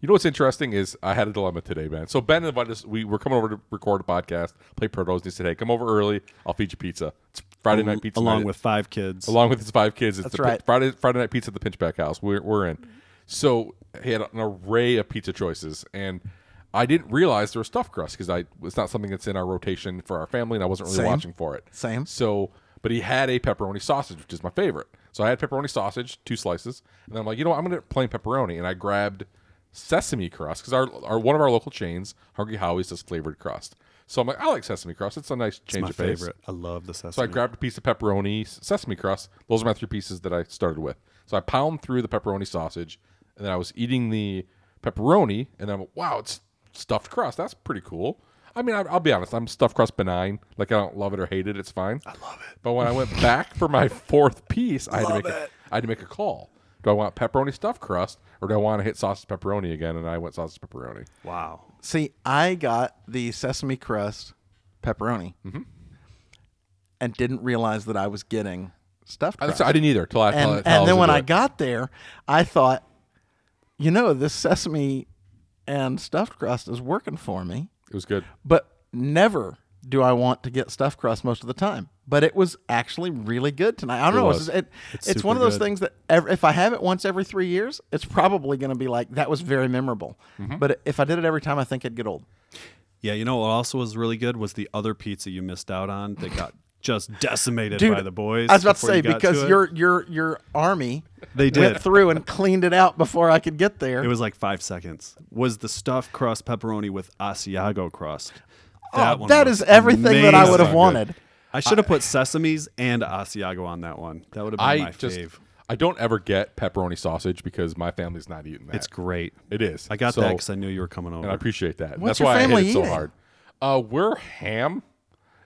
You know what's interesting is I had a dilemma today, man. So Ben invited us. We were coming over to record a podcast, play Protos, and he said, "Hey, come over early. I'll feed you pizza. It's Friday night pizza Along night. with five kids. along with his five kids. It's That's the right. Friday Friday night pizza at the Pinchback House. We're we're in. So he had an array of pizza choices, and I didn't realize there was stuffed crust because I it's not something that's in our rotation for our family, and I wasn't really Same. watching for it. Same. So, but he had a pepperoni sausage, which is my favorite. So I had pepperoni sausage, two slices, and I'm like, you know, what? I'm gonna plain pepperoni, and I grabbed sesame crust because our, our one of our local chains, Hungry Howie's, does flavored crust. So I'm like, I like sesame crust. It's a nice change my of pace. favorite. I love the sesame. So I grabbed a piece of pepperoni, s- sesame crust. Those are my three pieces that I started with. So I pound through the pepperoni sausage, and then I was eating the pepperoni, and I'm like, wow, it's stuffed crust. That's pretty cool. I mean, I, I'll be honest, I'm stuffed crust benign. Like I don't love it or hate it. It's fine. I love it. But when I went back for my fourth piece, I had to make a, I had to make a call. Do I want pepperoni stuffed crust, or do I want to hit sausage pepperoni again? And I went sausage pepperoni. wow. See, I got the sesame crust pepperoni Mm-hmm. and didn't realize that I was getting stuffed I, crust. so I didn't either till I. till I- and till and was then when into I it. got there, I thought, you know, this sesame and stuffed crust is working for me, it was good. but never do I want to get stuffed crust most of the time. But it was actually really good tonight. I don't know. was. It's, it, it's, It's one of super those good. things that ev if I have it once every three years, it's probably going to be like that was very memorable. Mm-hmm. But if I did it every time, I think it'd get old. Yeah, you know what also was really good was the other pizza you missed out on that got just decimated Dude, by the boys. I was about to before you say got because to it. your your your army They went did. through and cleaned it out before I could get there. It was like five seconds. Was the stuffed crust pepperoni with Asiago crust? That oh, one that was is everything that I amazing. would So have good. wanted. I should have put sesames and Asiago on that one. That would have been I my just fave. I don't ever get pepperoni sausage because my family's not eating that. It's great. it is. I got So- that because I knew you were coming over. and I appreciate that. And What's that's your why I family hit it so eating? hard. Uh, we're ham,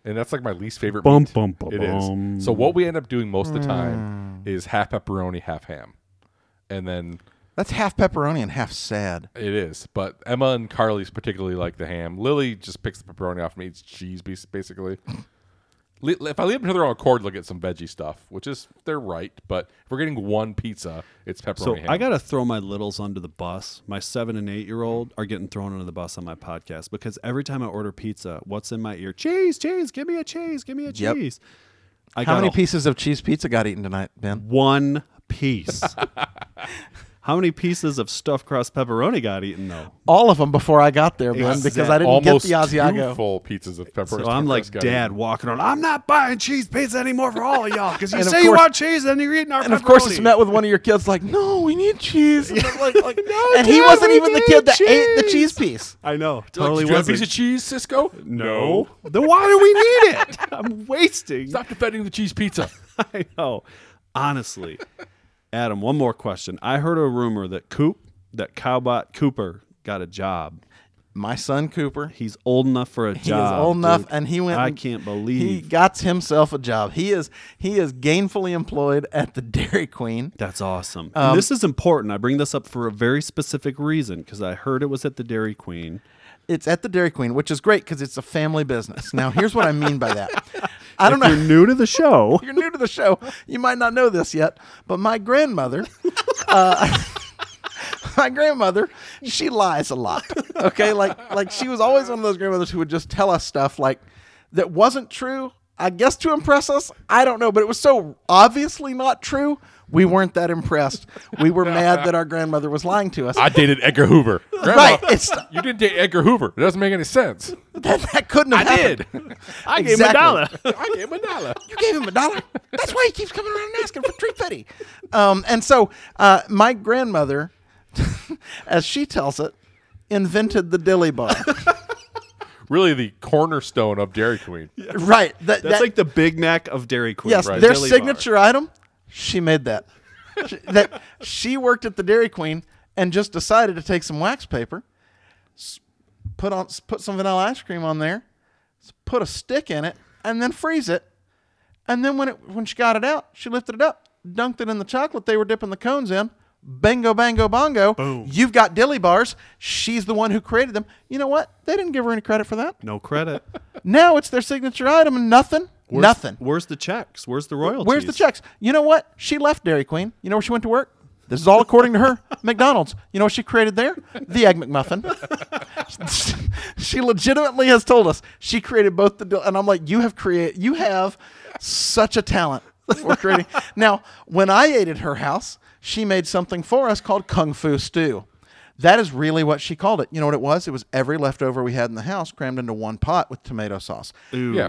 and that's like my least favorite. Bum, meat. bum, bum, it is. So what we end up doing most of the time Hmm. is half pepperoni, half ham, and then That's half pepperoni and half sad. it is. But Emma and Carly's particularly like the ham. Lily just picks the pepperoni off and eats cheese, bas- basically. Le- If I leave them to their own accord, they'll get some veggie stuff, which is they're right. But if we're getting one pizza, it's pepperoni. so ham. I got to throw my littles under the bus. My seven and eight year old are getting thrown under the bus on my podcast because every time I order pizza, what's in my ear? Cheese, cheese, give me a cheese, give me a Yep. cheese. I How got many a pieces of cheese pizza got eaten tonight, Ben? one piece. How many pieces of stuffed crust pepperoni got eaten though? All of them before I got there, Ben, because I didn't get almost the two Asiago. full pizzas of pepperoni. So I'm like dad walking around. I'm not buying cheese pizza anymore for all of y'all because you And of say you course- want cheese and you're eating our And of course, pepperoni. it's met with one of your kids like, "No, we need cheese." And, I'm like, like- and he Dad, wasn't we even the need kid that ate the cheese. cheese piece. I know, totally Totally like, "Did you have a wasn't. piece of cheese, Cisco? no. then why do we need it? I'm wasting. Stop defending the cheese pizza. I know. Honestly, Adam, one more question. I heard a rumor that Coop, that Cowbot Cooper, got a job. My son Cooper, He's old enough for a he job. is old enough, dude. and he went. I and can't he believe got himself a job. He is he is gainfully employed at the Dairy Queen. That's awesome. And this is important. I bring this up for a very specific reason because I heard it was at the Dairy Queen. It's at the Dairy Queen, which is great because it's a family business. Now, here's what I mean by that. I don't If know. you're new to the show, you're new to the show, you might not know this yet, but my grandmother, uh, my grandmother, she lies a lot. Okay, like like she was always one of those grandmothers who would just tell us stuff like that wasn't true. I guess to impress us, I don't know, but it was so obviously not true. We weren't that impressed. We were mad that our grandmother was lying to us. I dated Edgar Hoover. Grandma, right? It's You didn't date Edgar Hoover. It doesn't make any sense. that, that couldn't have I happened. did. I gave him a dollar. I gave him a dollar. You gave him a dollar. That's why he keeps coming around and asking for treat pity. Um, and so uh, my grandmother, as she tells it, invented the dilly bar. Really, the cornerstone of Dairy Queen. right. That, That's that- like the Big Mac of Dairy Queen. yes, right? their Dilly bar. signature item. She made that. She- that she worked at the Dairy Queen and just decided to take some wax paper, s- put on s- put some vanilla ice cream on there, s- put a stick in it, and then freeze it. And then when it when she got it out, she lifted it up, dunked it in the chocolate they were dipping the cones in. Bingo, bango, bongo. You've got dilly bars. She's the one who created them. You know what? They didn't give her any credit for that. No credit. Now it's their signature item and nothing. Where's- nothing. Where's the checks? Where's the royalties? Where's the checks? You know what? She left Dairy Queen. You know where she went to work? This is all according to her. McDonald's. You know what she created there? The Egg McMuffin. she legitimately has told us she created both the del- and I'm like, you have created you have such a talent for creating. now, when I ate at her house, she made something for us called Kung Fu Stew. That is really what she called it. You know what it was? It was every leftover we had in the house crammed into one pot with tomato sauce. Yeah.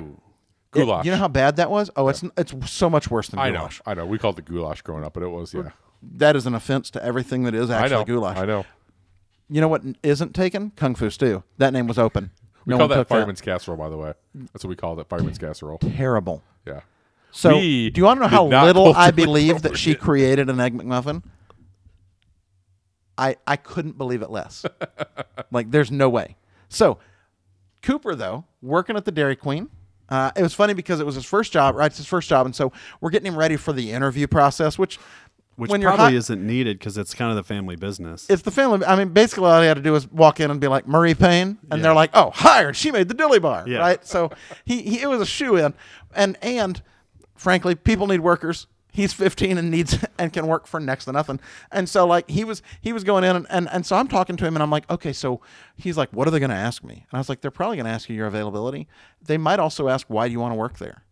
Goulash. You know how bad that was? Oh, it's it's so much worse than I know. goulash. I know. We called it goulash growing up, but it was yeah. That is an offense to everything that is I actually know. goulash. I know. You know what n- isn't taken? Kung Fu Stew. That name was open. We no call one that took fireman's casserole, by the way. That's what we call that fireman's casserole. that. Terrible. Yeah. So, We do you want to know did how not little I culturally believe that she appropriate. created an egg McMuffin? I I couldn't believe it less. like, there's no way. So, Cooper though working at the Dairy Queen. Uh, it was funny because it was his first job, right? It's his first job, and so we're getting him ready for the interview process, which, Which when you're probably hi- isn't needed because it's kind of the family business. it's the family. I mean, basically, all he had to do was walk in and be like Marie Payne, and they're like, "Oh, hired. She made the dilly bar, Yeah. right?" So he, he it was a shoe in, and and frankly, people need workers. He's 15 and needs and can work for next to nothing. And so like he was he was going in and, and, and so I'm talking to him and I'm like, okay, so he's like, what are they going to ask me? And I was like, they're probably going to ask you your availability. They might also ask, why do you want to work there?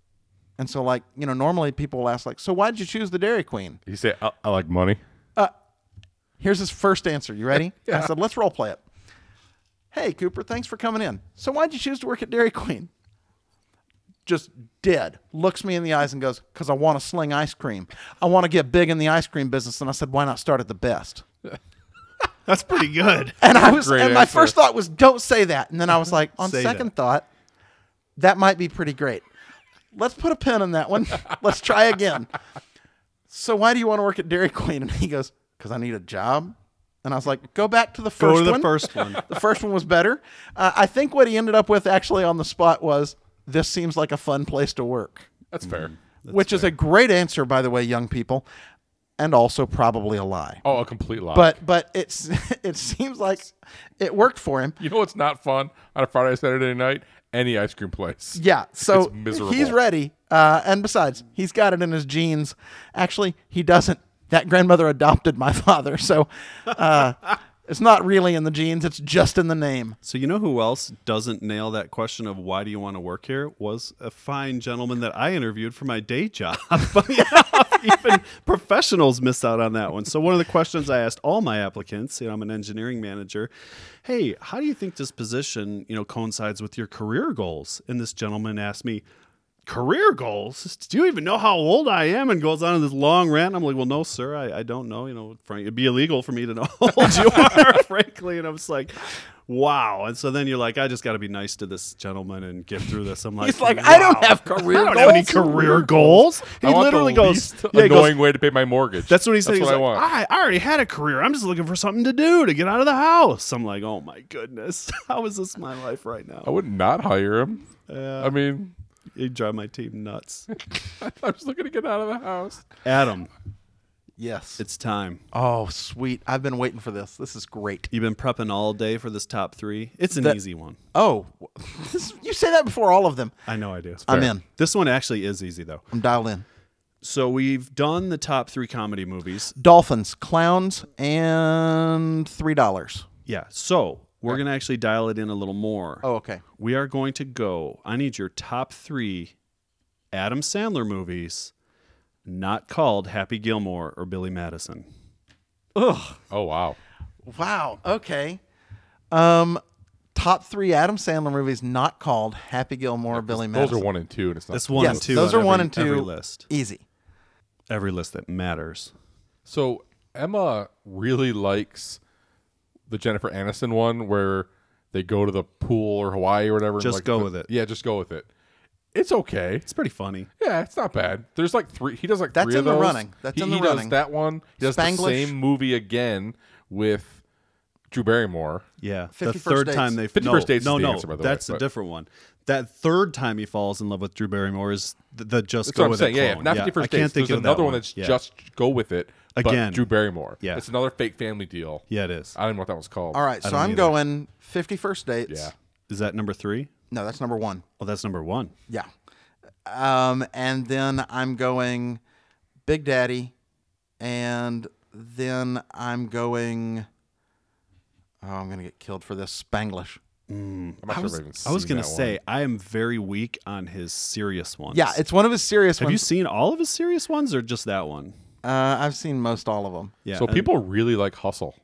And so like you know normally people will ask like, so why did you choose the Dairy Queen? He said, I, I like money. Here's his first answer. You ready? I said, let's role play it. Hey, Cooper, thanks for coming in. So, why'd you choose to work at Dairy Queen? Just dead. Looks me in the eyes and goes, Because I want to sling ice cream. I want to get big in the ice cream business. And I said, Why not start at the best? That's pretty good. And I was, Great and my answer. first thought was, Don't say that. And then I was like, On Say second that. thought, that might be pretty great. Let's put a pin in that one. Let's try again. So, why do you want to work at Dairy Queen? And he goes, Because I need a job. And I was like, Go back to the Go first to the one. first one. The first one was better. Uh, I think what he ended up with actually on the spot was this seems like a fun place to work, That's fair. which is a great answer, by the way, young people, and also probably a lie. Oh, a complete lie. But but it's it seems like it worked for him. you know what's not fun on a Friday, Saturday night? Any ice cream place. Yeah, so It's miserable. he's ready. Uh, and besides, he's got it in his genes. Actually, he doesn't. That grandmother adopted my father, so uh, it's not really in the genes. It's just in the name. So you know who else doesn't nail that question of why do you want to work here was a fine gentleman that I interviewed for my day job. Even professionals miss out on that one. So one of the questions I asked all my applicants, you know, I'm an engineering manager, hey, how do you think this position, you know, coincides with your career goals? And this gentleman asked me, career goals? Do you even know how old I am? And goes on this long rant. And I'm like, well, no, sir, I, I don't know. You know, Frank, it'd be illegal for me to know how old you are, frankly. And I was like, wow. And so then you're like, I just got to be nice to this gentleman and get through this. I'm like, He's like, I don't wow. have career I don't have any goals. career goals. He I want literally the goes, least yeah, he goes, annoying way to pay my mortgage. that's what he said. He's what I like, "Ah." want. I, I already had a career. I'm just looking for something to do to get out of the house. I'm like, oh my goodness, how is this my life right I now? would not hire him. I mean, You drive my team nuts. I was looking to get out of the house. Adam, Yes. it's time. Oh, sweet. I've been waiting for this. This is great. You've been prepping all day for this top three. It's an That- easy one. Oh, this, you say that before all of them. I know I do. I'm in. Uh, This one actually is easy though. I'm dialed in. So we've done the top three comedy movies. Dolphins, clowns, and three dollars. Yeah. So we're gonna actually dial it in a little more. Oh, okay. We are going to go. I need your top three Adam Sandler movies not called Happy Gilmore or Billy Madison. Oh wow. Wow. Okay. Um, top three Adam Sandler movies not called Happy Gilmore, or Billy Those Madison. are one and two, and it's not. That's one yes, and two. Those on are one every- and two. Every list. Easy. Every list that matters. So Emma really likes the Jennifer Aniston one where they go to the pool or Hawaii or whatever. and, Just like, go the- with it. Yeah, just go with it. It's okay. It's pretty funny. Yeah, it's not bad. There's like three. He does like That's three of in the those. running. That's he, in the he running. does that one. He does the Spanglish. same movie again with Drew Barrymore. Yeah, the 51st third Dates. time they 51st no, Dates is no, the no, answer, by the way, that's a but- different one. That third time he falls in love with Drew Barrymore is the, the just That's go what I'm with saying. it Yeah, yeah, clone. not yeah. 51st I can't Dates. think There's of that another one. one that's Yeah. just go with it but Again. Drew Barrymore. Yeah. it's another fake family deal. yeah, it is. I don't even know what that was called. All right. So don't I'm either. going 51st Dates. Yeah. Is that number three? No, that's number one. Oh, that's number one. Yeah. Um, and then I'm going Big Daddy and then I'm going. Oh, I'm going to get killed for this Spanglish. I'm not I sure was, if I've even I was seen gonna that one. say I am very weak on his serious ones. Yeah, it's one of his serious have you ones. seen all of his serious ones or just that one? uh, I've seen most all of them. Yeah. So and- people really like Hustle.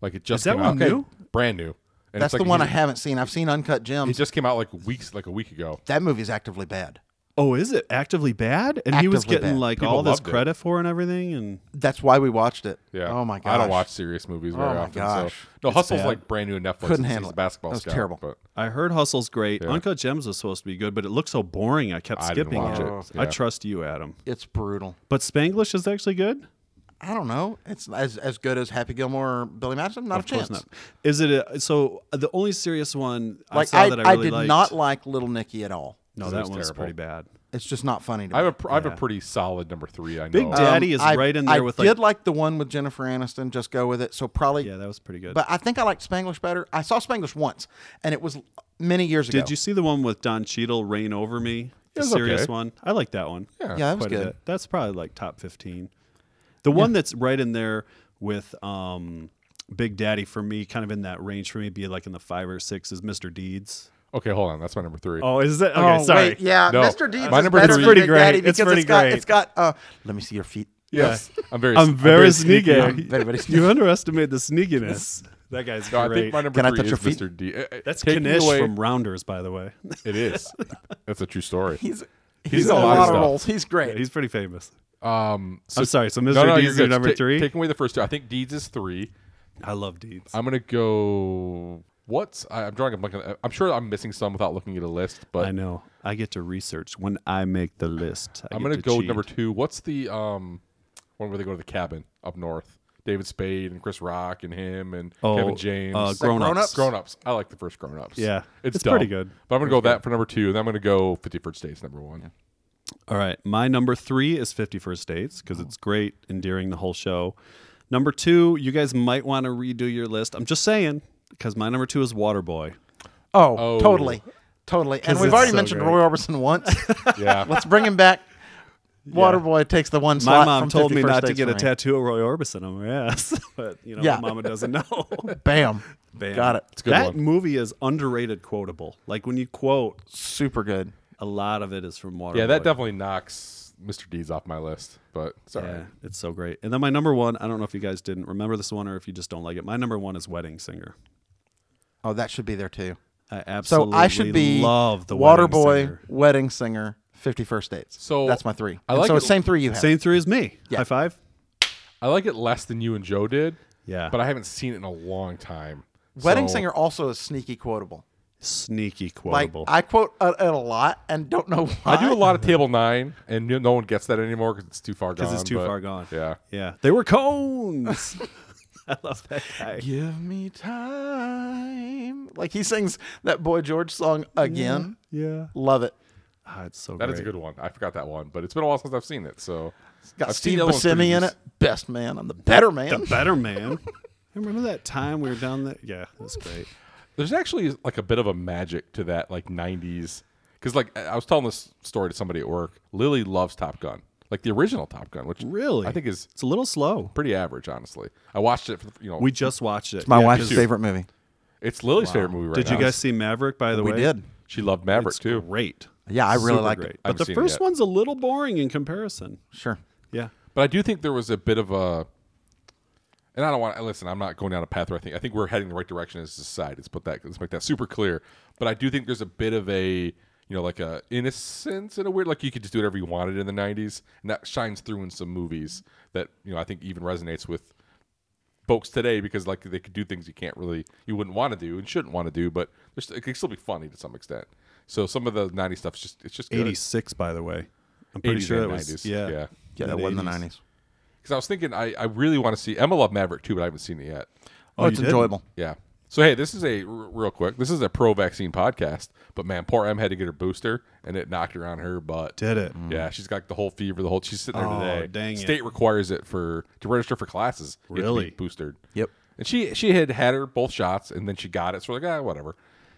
Like it just that came one out. new? brand new. And That's it's like the one I he's- haven't seen. I've seen Uncut It Gems. just came out like weeks, like a week ago. that movie's actively bad. Oh, is it actively bad? And he was Actively getting bad. like People all this loved it. credit for and everything. And That's why we watched it. Yeah. Oh my gosh. god. I don't watch serious movies very Oh my often. gosh. So. No, Hustle's bad. like brand new on Netflix. Couldn't It's- handle he's a it. basketball That was scout, terrible. But I heard Hustle's great. Uncut Gems was supposed to be good, but it looked so boring. I kept I didn't skipping watch it. it. I Yeah. trust you, Adam. It's brutal. But Spanglish is actually good. I don't know. It's as as good as Happy Gilmore or Billy Madison. Not a Of course chance. not. Is it a, so? uh, The only serious one I Like saw I, that I really did liked- not like Little Nicky at all. No, It that was one's terrible. pretty bad. It's just not funny to I me. have a pr- I have a pretty solid number three. I know. Big Um, Daddy is I- right in there I with, like- did like the one with Jennifer Aniston. Just go with it. So probably. Yeah, that was pretty good. But I think I liked Spanglish better. I saw Spanglish once, and it was many years ago. Did you see the one with Don Cheadle, "Rain Over Me"? The It was serious okay. one. I like that one. Yeah. Yeah, that was quite a good. bit. That's probably like top fifteen. The one that's right in there with um, Big Daddy for me, kind of in that range for me, be like in the five or six, is Mr. Deeds. Uh, Okay, hold on. That's my number three. Oh, is it? Okay, sorry. Wait, yeah, No. Mr. Deeds. My is number better three- It's than Big pretty Daddy great. It's because pretty it's got, great. It's got. Uh, let me see your feet. Yes. I'm very. I'm very sneaky. sneaky. I'm very, very you underestimate the sneakiness. That guy's No, I great. think my number Can I three touch is your feet? Mr. D. Uh, uh, that's taking Kanish away- from Rounders, by the way. It is. That's a true story. He's he's, He's in a a lot of lot of stuff. roles. He's great. He's pretty famous. Um, so I'm sorry. So Mr. No, no, Deeds you're is good. your number Ta- three. Taking away the first two, I think Deeds is three. I love Deeds. I'm gonna go. What's I- I'm drawing a blank. on- I'm sure I'm missing some without looking at a list, I but know. I get to research when I make the list. I I'm get gonna to go with cheat. number two. What's the um one where they go to the cabin up north? David Spade and Chris Rock and him and Oh, Kevin James. uh, Grown Grown Ups. Ups? Grown ups. I like the first Grown Ups. Yeah. it's, It's pretty dumb. good. But I'm gonna go with that for number two, and then I'm gonna go Fifty First Dates number one. All right. My number three is 51st Dates because it's great, endearing the whole show. Number two, you guys might want to redo your list. I'm just saying because my number two is Waterboy. oh, Oh. totally, totally. And we've it's already so mentioned great. Roy Orbison once. Yeah, Let's bring him back. Waterboy takes the one My slot. mom from told me 51st not to Dates get for a me. tattoo of Roy Orbison on my ass, but you know, Yeah. my mama doesn't know. Bam. Bam. Got it. a good that one. movie is underrated quotable. Like when you quote, Super good. a lot of it is from Waterboy. yeah, that definitely knocks Mr. Deeds off my list. But sorry, Yeah, it's so great. And then my number one, I don't know if you guys didn't remember this one or if you just don't like it. My number one is Wedding Singer. Oh, that should be there too. I So absolutely I should be love the Wedding Waterboy, Singer. Wedding Singer, Fifty First Dates. So, that's my three. I And like so it- it's same three you have. Same three as me. Yeah. High five. I like it less than you and Joe did. Yeah. but I haven't seen it in a long time. Wedding So- Singer also is sneaky quotable. Sneaky Like quotable. I quote it a lot and don't know why. I do a lot of table nine, and no no one gets that anymore because it's too far gone. because it's too but- far gone. Yeah. Yeah. They were cones. I love that guy. Give me time. Like he sings that Boy George song Mm-hmm. again. Yeah. Love it. Ah, it's so that great. is a good one. I forgot that one, but it's been a while since I've seen it. So It's got I've seen Steve that one Buscemi in previously. it. Best man. I'm the better The man. Better Man. I remember that time we were down there. Yeah, that's great. There's actually like a bit of a magic to that like '90s, because like I I was telling this story to somebody at work. Lily loves Top Gun, like the original Top Gun, which Really? I think is It's a little slow. pretty average, honestly. I watched it for the- you know We just watched it. My Yeah, wife's 'cause- favorite movie. it's Lily's favorite movie right Did now. you guys see Maverick? By the We way, did. She loved Maverick It's too. great. Yeah, I really Super liked great. it. I But haven't the seen it first yet. one's a little boring in comparison. Sure. Yeah. But I do think there was a bit of a, and I don't want to listen. I'm not going down a path where I think I think we're heading the right direction as a society. Let's put that let's make that super clear. But I do think there's a bit of a you know like a innocence in a weird like you could just do whatever you wanted in the '90s, and that shines through in some movies that you know I think even resonates with folks today because like they could do things you can't really you wouldn't want to do and shouldn't want to do, but there's, it can still be funny to some extent. So some of the '90s stuff's just it's just good. Eighty six, by the way. I'm pretty 80s sure that and was 90s. yeah. Yeah. Yeah, that Mid- wasn't the 80s. nineties. Because I was thinking I I really want to see Emma loved Maverick too, but I haven't seen it yet. Oh, you it's didn't? enjoyable. Yeah. So hey, this is a r- real quick. This is a pro-vaccine podcast, but man, poor Em had to get her booster, and it knocked her on her butt. Did it? Mm. Yeah, she's got the whole fever. The whole she's sitting there Oh, today. dang it. State requires it for to register for classes. You have to be Really? boostered. Yep. And she she had had her both shots, and then she got it. So we're like, ah, whatever.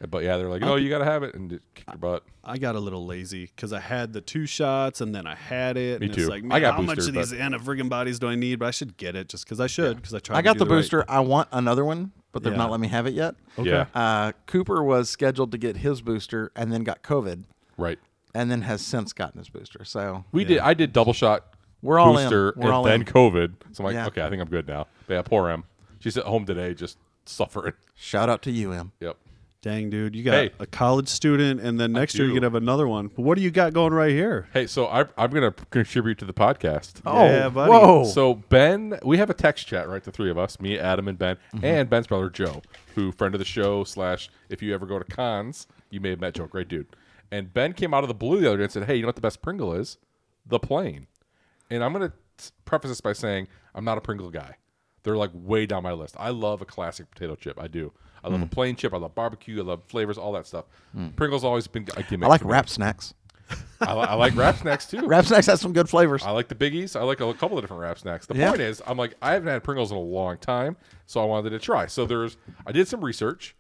But yeah, they're like, oh, you got to have it, and it kicked your butt. I got a little lazy because I had the two shots and then I had it. Me and too. It's like, I man, got how much booster, of these but- anti friggin' bodies do I need? But I should get it just because I should because I tried. I to got do the right- booster. I want another one, but they've Yeah. not let me have it yet. Yeah, Uh, Cooper was scheduled to get his booster and then got COVID, right. and then has since gotten his booster. So We did. I did double shot. We're all in. booster We're and all then in. COVID. So I'm like, Yeah. okay, I think I'm good now. But yeah, poor Em. She's at home today, just suffering. shout out to you, Em. Yep. Dang, dude, you got Hey. a college student, and then next year you do. could have another one. But what do you got going right here? Hey, so I, I'm going to contribute to the podcast. Oh, Yeah, buddy. whoa! So Ben, we have a text chat, right? The three of us, me, Adam, and Ben, Mm-hmm. and Ben's brother Joe, who friend of the show slash. If you ever go to cons, you may have met Joe. Great dude. And Ben came out of the blue the other day and said, "Hey, you know what the best Pringle is? The plane." And I'm gonna s- preface this by saying I'm not a Pringle guy. They're like way down my list. I love a classic potato chip. I do. I love a Mm. plain chip. I love barbecue. I love flavors. All that stuff. Pringle's always been a gimmick. I like for me. wrap snacks. I, li- I like wrap snacks too. Wrap snacks has some good flavors. I like the biggies. I like a couple of different wrap snacks. The Yeah. point is, I'm like, I haven't had Pringles in a long time, so I wanted to try. So there's, I did some research,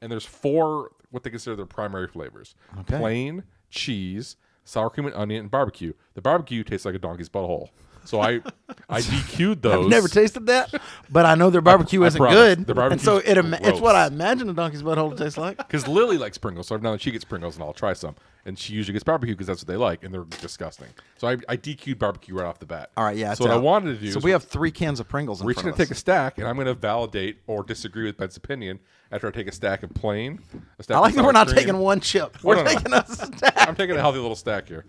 and there's four what they consider their primary flavors: Okay. plain, cheese, sour cream and onion, and barbecue. The barbecue tastes like a donkey's butthole. So I, I DQ'd those. I've never tasted that, but I know their barbecue I isn't promise, good. their barbecue's and so it ima- it's gross. what I imagine a donkey's butthole tastes like. Because Lily likes Pringles, so every now and then she gets Pringles, and I'll try some. And she usually gets barbecue because that's what they like, and they're disgusting. So I, I DQ'd barbecue right off the bat. All right, yeah. it's So what I out. wanted to do. So is we have three cans of Pringles in We're just front going of to take a us. stack, and I'm going to validate or disagree with Ben's opinion after I take a stack of plain. A stack I like of that we're sour not cream. taking one chip. We're no, no. taking a stack. I'm taking a healthy little stack here.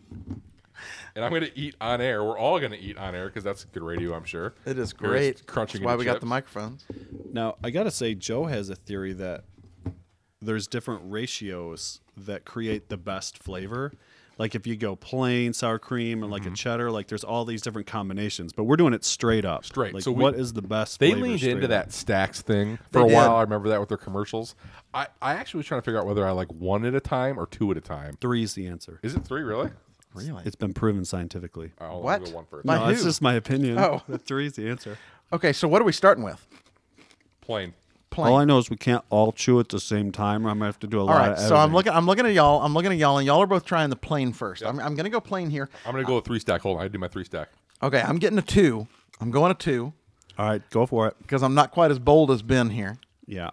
And I'm going to eat on air. We're all going to eat on air because that's good radio, I'm sure. It is We're just great. Crunching That's why into we got the chips. microphones. Now, I got to say, Joe has a theory that there's different ratios that create the best flavor. Like if you go plain sour cream and like Mm-hmm. a cheddar, like there's all these different combinations, but we're doing it straight up. Straight. Like So we- what is the best They flavor leaned straight into up? that stacks thing for a did. while. I remember that with their commercials. I, I actually was trying to figure out whether I like one at a time or two at a time. Three is the answer. Is it three, really? Really? It's been proven scientifically. I'll I'll What? go one first. My- no, that's who? just my opinion. Oh. The three is the answer. Okay, so what are we starting with? Plain. Plain. All I know is we can't all chew at the same time, or I'm gonna have to do a All lot right, of so I'm editing. looking. I'm looking at y'all. I'm looking at y'all, and y'all are both trying the plane first. I'm, I'm going to go plane here. I'm going to go with three stack. Hold on. I do my three stack. Okay, I'm getting a two. I'm going a two All right, go for it. because I'm not quite as bold as Ben here. Yeah.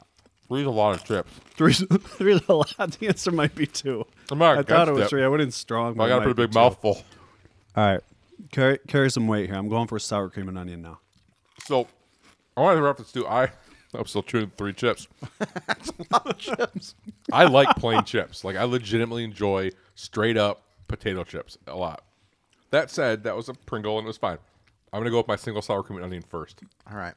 Three's a lot of trips. Three's three's a lot. The answer might be two. I'm not I thought it was against it. three. I went in strong. but I it got to might put a be big two. mouthful. All right. Carry, carry some weight here. I'm going for sour cream and onion now. So, I wanted to reference to I. I'm still chewing three chips. Chips. I like plain chips. Like I legitimately enjoy straight up potato chips a lot. That said, that was a Pringle and it was fine. I'm gonna go with my single sour cream and onion first. All right.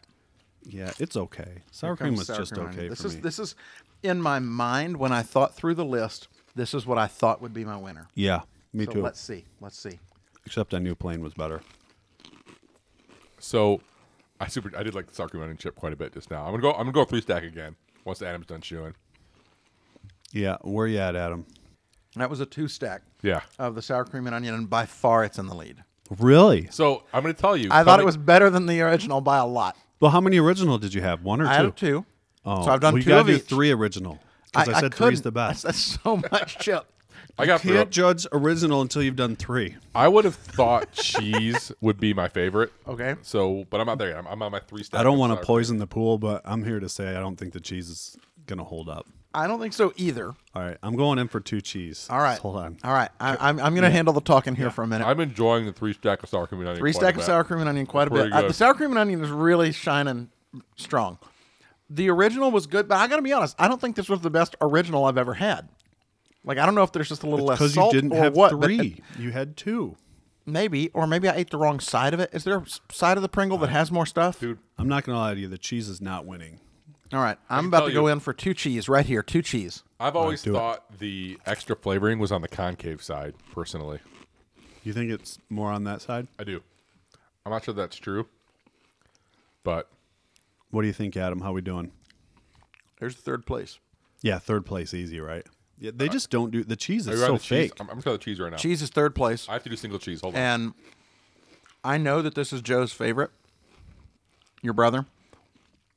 Yeah, it's okay. Sour cream comes was sour just cream on it. okay This for is me. this is in my mind when I thought through the list. This is what I thought would be my winner. yeah, me so too. let's see. Let's see. Except I knew plain was better. So, I super I did like the sour cream and onion chip quite a bit just now. I'm gonna go. I'm gonna go three stack again once Adam's done chewing. Yeah, where you at, Adam? That was a two stack. Yeah. Of the sour cream and onion, and by far it's in the lead. Really? So I'm gonna tell you. I thought coming- it was better than the original by a lot. Well, how many original did you have? One or two? I had a two, Oh, so I've done well, you two gotta of do each. three original. Because I, said three's couldn't. the best. That's so much chip. I got Can't through. judge original until you've done three. I would have thought cheese would be my favorite. Okay. So, but I'm not there yet. I'm, I'm on my three stack. I don't of want sour to poison the pool, but I'm here to say I don't think the cheese is gonna hold up. I don't think so either. All right, I'm going in for two cheese. All right. Just hold on. All right. I, I'm, I'm going to handle the talking here for a minute. I'm enjoying the three stack of sour cream and onion. Three quite a stack of bit. sour cream and onion quite a Pretty bit. Uh, good. the sour cream and onion is really shining strong. The original was good, but I got to be honest. I don't think this was the best original I've ever had. Like I don't know if there's just a little less Because you salt didn't or have what. but it- three, you had two. maybe, or maybe I ate the wrong side of it. Is there a s- side of the Pringle that has more stuff? Dude, I'm not gonna lie to you. The cheese is not winning. All right, I'm tell about to go you- in for two cheese right here. Two cheese. I've always do it. thought the extra flavoring was on the concave side, personally. You think it's more on that side? I do. I'm not sure that's true, but What do you think, Adam? How we doing? There's the third place. Yeah, third place, easy, right? Yeah, they just don't do the cheese Are is you on so the cheese? fake. I'm, I'm just gonna cheese right now. Cheese is third place, I have to do single cheese. Hold on. and I know that this is Joe's favorite, your brother,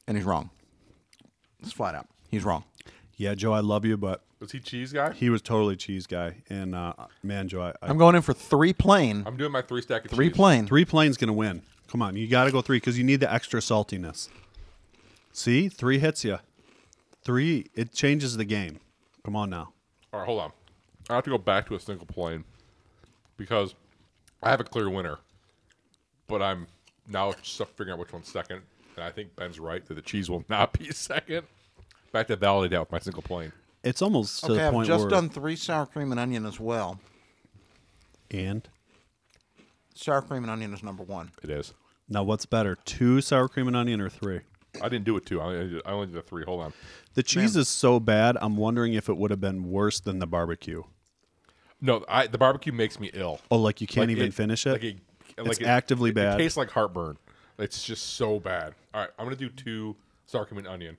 and he's wrong. It's flat out. He's wrong. Yeah, Joe, I love you, but Was he cheese guy? he was totally cheese guy. And uh, man, Joe, I, I, I'm going in for three plain. I'm doing my three stack of Three cheese. plain. three planes gonna win. Come on, you got to go three because you need the extra saltiness. See, three hits you. Three, it changes the game. Come on now. All right, hold on. I have to go back to a single plane because I have a clear winner, but I'm now stuck figuring out which one's second. And I think Ben's right that the cheese will not be second. But I have to validate that with my single plane. It's almost to Okay, the I've point just where done three sour cream and onion as well. and Sour cream and onion is number one. It is. now what's better, two sour cream and onion or three? I didn't do it two. I only did, I only did a three. Hold on. The cheese is so bad. I'm wondering if it would have been worse than the barbecue. No, I, the barbecue makes me ill. Oh, like you can't Like even finish it. Like it like It's actively it- bad. It tastes like heartburn. It's just so bad. All right, I'm gonna do two sour cream and onion.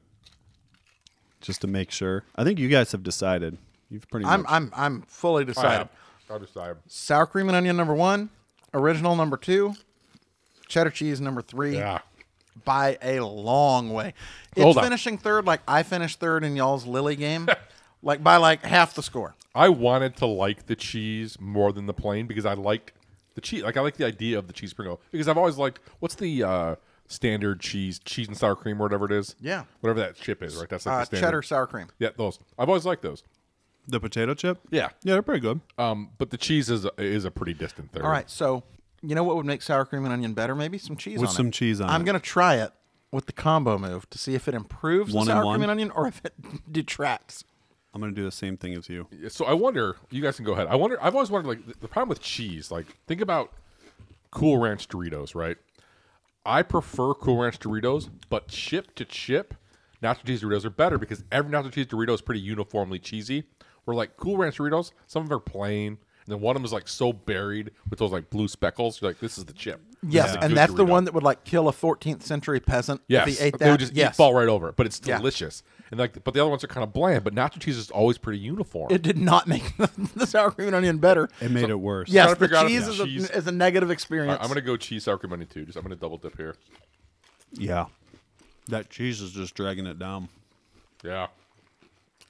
just to make sure. I think you guys have decided. You've pretty I'm much. I'm I'm fully I decided. have. I'll decide. Sour cream and onion number one, original number two, cheddar cheese number three. Yeah. By a long way. It's Hold on. finishing third like I finished third in y'all's Lily game. like by like half the score. I wanted to like the cheese more than the plain because I liked the cheese. Like I like the idea of the cheese Pringle because I've always liked what's the uh, standard cheese, cheese and sour cream or whatever it is. Yeah. whatever that chip is, right? That's like Uh, the standard cheddar sour cream. Yeah, those. I've always liked those. the potato chip? Yeah. Yeah, they're pretty good. Um, but the cheese is a, is a pretty distant third. All right, so you know what would make sour cream and onion better? Maybe some cheese With on some it. cheese on I'm it. gonna try it with the combo move to see if it improves One the and sour one? cream and onion or if it detracts. I'm going to do the same thing as you. So I wonder. You guys can go ahead. I wonder. I've always wondered like the, the problem with cheese. Like think about Cool Ranch Doritos, right? I prefer Cool Ranch Doritos, but chip to chip, nacho cheese Doritos are better because every nacho cheese Dorito is pretty uniformly cheesy. Where like Cool Ranch Doritos, some of them are plain, and then one of them is like so buried with those like blue speckles. You're like, this is the chip. This Yes, is and good that's the Dorito. one that would like kill a 14th century peasant Yes, if he ate that. they would just eat- yes. fall right over it, but it's Yeah. delicious. And like, but the other ones are kind of bland. But nacho cheese is always pretty uniform. It did not make the, the sour cream and onion better. It made it worse. trying Yes, to the figure out if cheese the is, a, cheese- is a negative All experience. right, I'm gonna go cheese sour cream onion too. Just I'm gonna double dip here. Yeah. That cheese is just dragging it down. Yeah.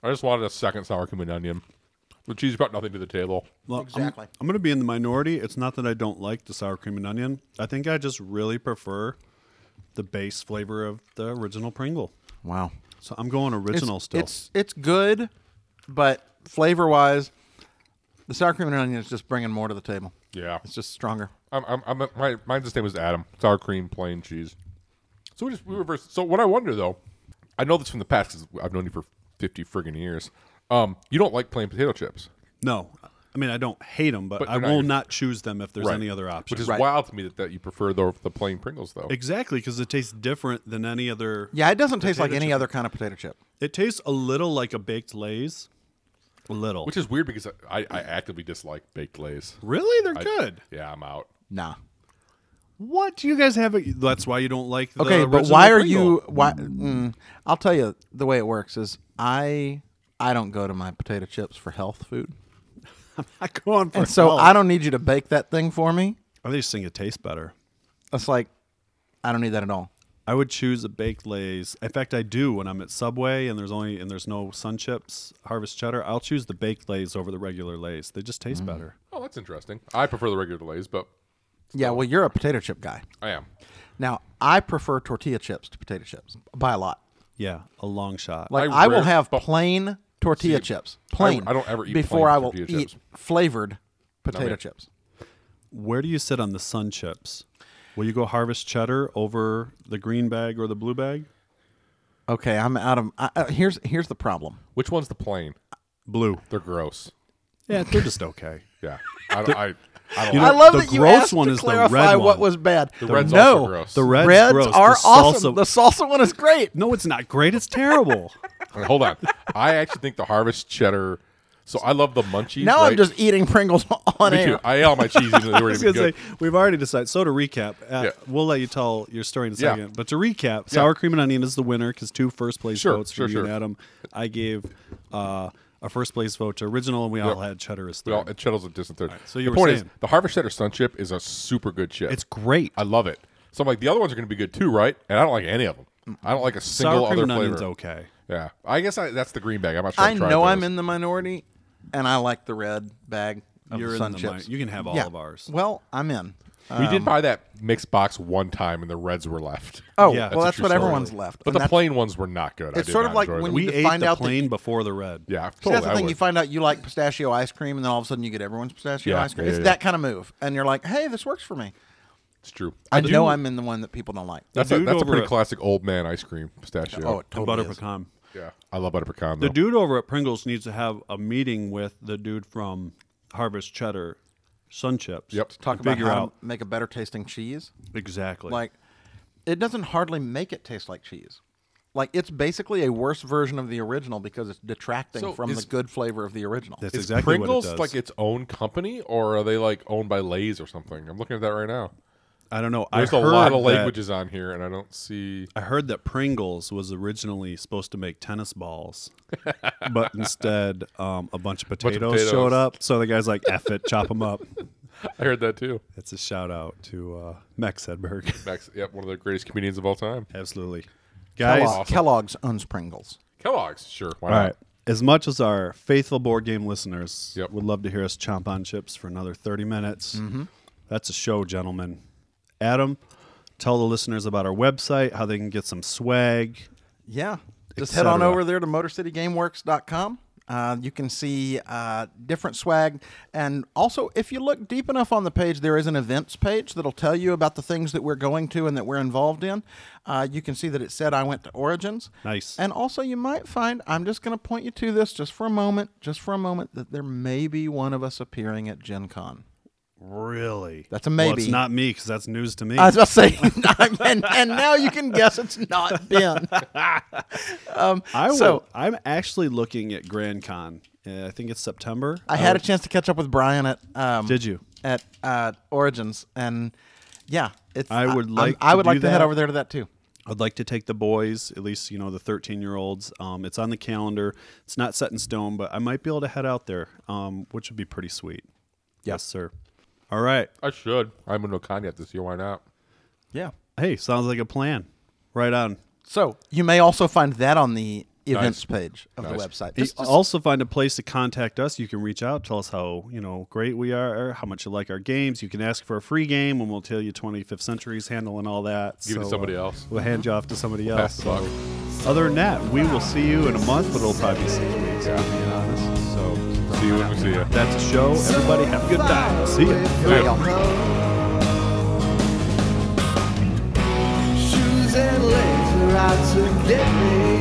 I just wanted a second sour cream and onion. The cheese brought nothing to the table. Well, I'm- Exactly. I'm, going to be in the minority. It's not that I don't like the sour cream and onion. I think I just really prefer the base flavor of the original Pringle. wow, So I'm going original it's, still. it's it's good, but flavor wise, the sour cream and onion is just bringing more to the table. Yeah. It's just stronger. I'm, I'm, I'm, my, mine's the name as Adam. Sour cream, plain cheese. So we just we reverse. So what I wonder though, I know this from the past because I've known you for fifty friggin' years. Um, you don't like plain potato chips, no, I mean, I don't hate them, but, But I they're not will your- not choose them if there's Right. any other option. which is Right. wild to me that, that you prefer the, the plain Pringles though. exactly, because it tastes different than any other. Yeah, it doesn't taste like Potato any chip. other kind of potato chip. It tastes a little like a baked Lay's. A little. Which is weird because I, I actively dislike baked lays. really? They're I- good. Yeah, I'm out. Nah. What do you guys have? A, that's why you don't like. The Okay, but original why are Pringle. you? Why? Mm, I'll tell you the way it works is I I don't go to my potato chips for health food, I go on for and so health. I don't need you to bake that thing for me. I just think it tastes better. It's like I don't need that at all. I would choose a baked Lay's. In fact, I do when I'm at Subway and there's only and there's no Sun Chips, Harvest Cheddar. I'll choose the baked Lay's over the regular Lay's. They just Mm. taste better. Oh, that's interesting. I prefer the regular lays, but Yeah, well, you're a potato chip guy. I am. Now, I prefer tortilla chips to potato chips by a lot. Yeah, a long shot. Like I I, will rare- have but- plain tortilla See, chips, plain. I don't ever eat before plain I will tortilla eat chips. flavored potato me. chips. Where do you sit on the Sun Chips? Will you go Harvest Cheddar over the green bag or the blue bag? Okay, I'm out of. I, uh, here's here's the problem. Which one's the plain? Blue. They're gross. Yeah, they're just okay. Yeah, I don't. I, I don't You like know, I love the that you gross asked one to is the red clarify what one. was bad. The red's no, also gross. The red's, Reds gross. are the awesome. Salsa, The salsa one is great. no, it's not great. It's terrible. All right, hold on. I actually think the harvest cheddar. So I love the munchies. Now I'm right? just eating Pringles on Me air. too. I ate all my cheese even though they I were was even going to good. say, we've already decided. So to recap, uh, Yeah. we'll let you tell your story in a Yeah. second. But to recap, sour cream and onion is the winner because two first place Sure, votes sure, for you and sure. Adam. I gave uh, a first place vote to original, and we all Yep. had cheddar as third. We all, it cheddars a distant third. so you the were point is, saying- the harvest cheddar sun chip is a super good chip. it's great. I love it. So I'm like, the other ones are going to be good too, right? And I don't like any of them. I don't like a sour single cream other and flavor. onion's okay. Yeah, I guess I, that's the green bag. I'm not sure. I I've tried know I'm those. in the minority, and I like the red bag of You're in sun the mi- chips. you can have all Yeah. of ours. Well, I'm in. Uh, we did buy that mixed box one time, and the reds were left. oh, Yeah. well, That's that's True what story. everyone's left. But and the that's- plain ones were not good. I It's did sort not of like enjoy when them. you- We to ate find the out that- plain before the red. yeah, See, that's totally, the I thing. would. You find out you like pistachio ice cream, and then all of a sudden you get everyone's pistachio Yeah, ice cream. yeah, it's yeah. that kind of move, and you're like, "Hey, this works for me." it's true. I, do- know I'm in the one that people don't like. That's The a, dude that's a pretty over at- classic old man ice cream pistachio. Oh, it The totally butter is. pecan. yeah. I love butter pecan. The Though. dude over at Pringles needs to have a meeting with the dude from Harvest Cheddar Sun Chips. Yep. to Talk about figure how out to make a better tasting cheese. exactly. Like, it doesn't hardly make it taste like cheese. Like it's basically a worse version of the original because it's detracting So from is- the good flavor of the original. that's is exactly Pringles what it does. like its own company, or are they like owned by Lay's or something? I'm looking at that right now. I don't know. There's I a heard lot of that- languages on here, and I don't see. I heard that Pringles was originally supposed to make tennis balls, but instead um, a bunch of potatoes, potatoes. showed up. So the guy's like, "F it, chop them up." I heard that too. That's a shout out to uh, Max Hedberg. Max, yep, one of the greatest comedians of all time. Absolutely, Kellogg- guys. Awesome. Kellogg's owns Pringles. Kellogg's, sure. Why All not? right. As much as our faithful board game listeners Yep. would love to hear us chomp on chips for another 30 minutes, that's a show, gentlemen. Adam, tell the listeners about our website, how they can get some swag. Yeah. Just Et head on cetera. over there to MotorCityGameWorks.com. Uh, you can see uh, different swag. And also, if you look deep enough on the page, there is an events page that'll tell you about the things that we're going to and that we're involved in. Uh, you can see that it said I went to Origins. Nice. And also, you might find, I'm just going to point you to this just for a moment, just for a moment, that there may be one of us appearing at Gen Con. Really? That's a Well, it's maybe. not me because that's news to me. I was about to say, and, and now you can guess it's not Ben. I will, so- I'm actually looking at Grand Con. Uh, I think it's September. I had a chance to catch up with Brian at um, Did you? at uh, Origins and yeah, it's I would I'm- like I, to would do like to head that. over there to that too. I'd like to take the boys, at least you know the 13 year olds. Um, it's on the calendar. It's not set in stone, but I might be able to head out there, um, which would be pretty sweet. Yes, sir. All right. I should. I'm in Wakanda this year. Why not? Yeah. Hey, sounds like a plan. Right on. So you may also find that on the events page of Nice. the website. You Just- just- also find a place to contact us. You can reach out, tell us how you know great we are, how much you like our games. You can ask for a free game, and we'll tell you 25th Century's handle and all that. uh, Give it to somebody else. We'll hand you off to somebody Ah, else. fuck. Other than that, we will see you in a month, but it'll probably be six weeks. Yeah. To be honest. So See you when we see you. that's a show. Everybody have a good time. See ya. there you go. Shoes and legs are out to get me.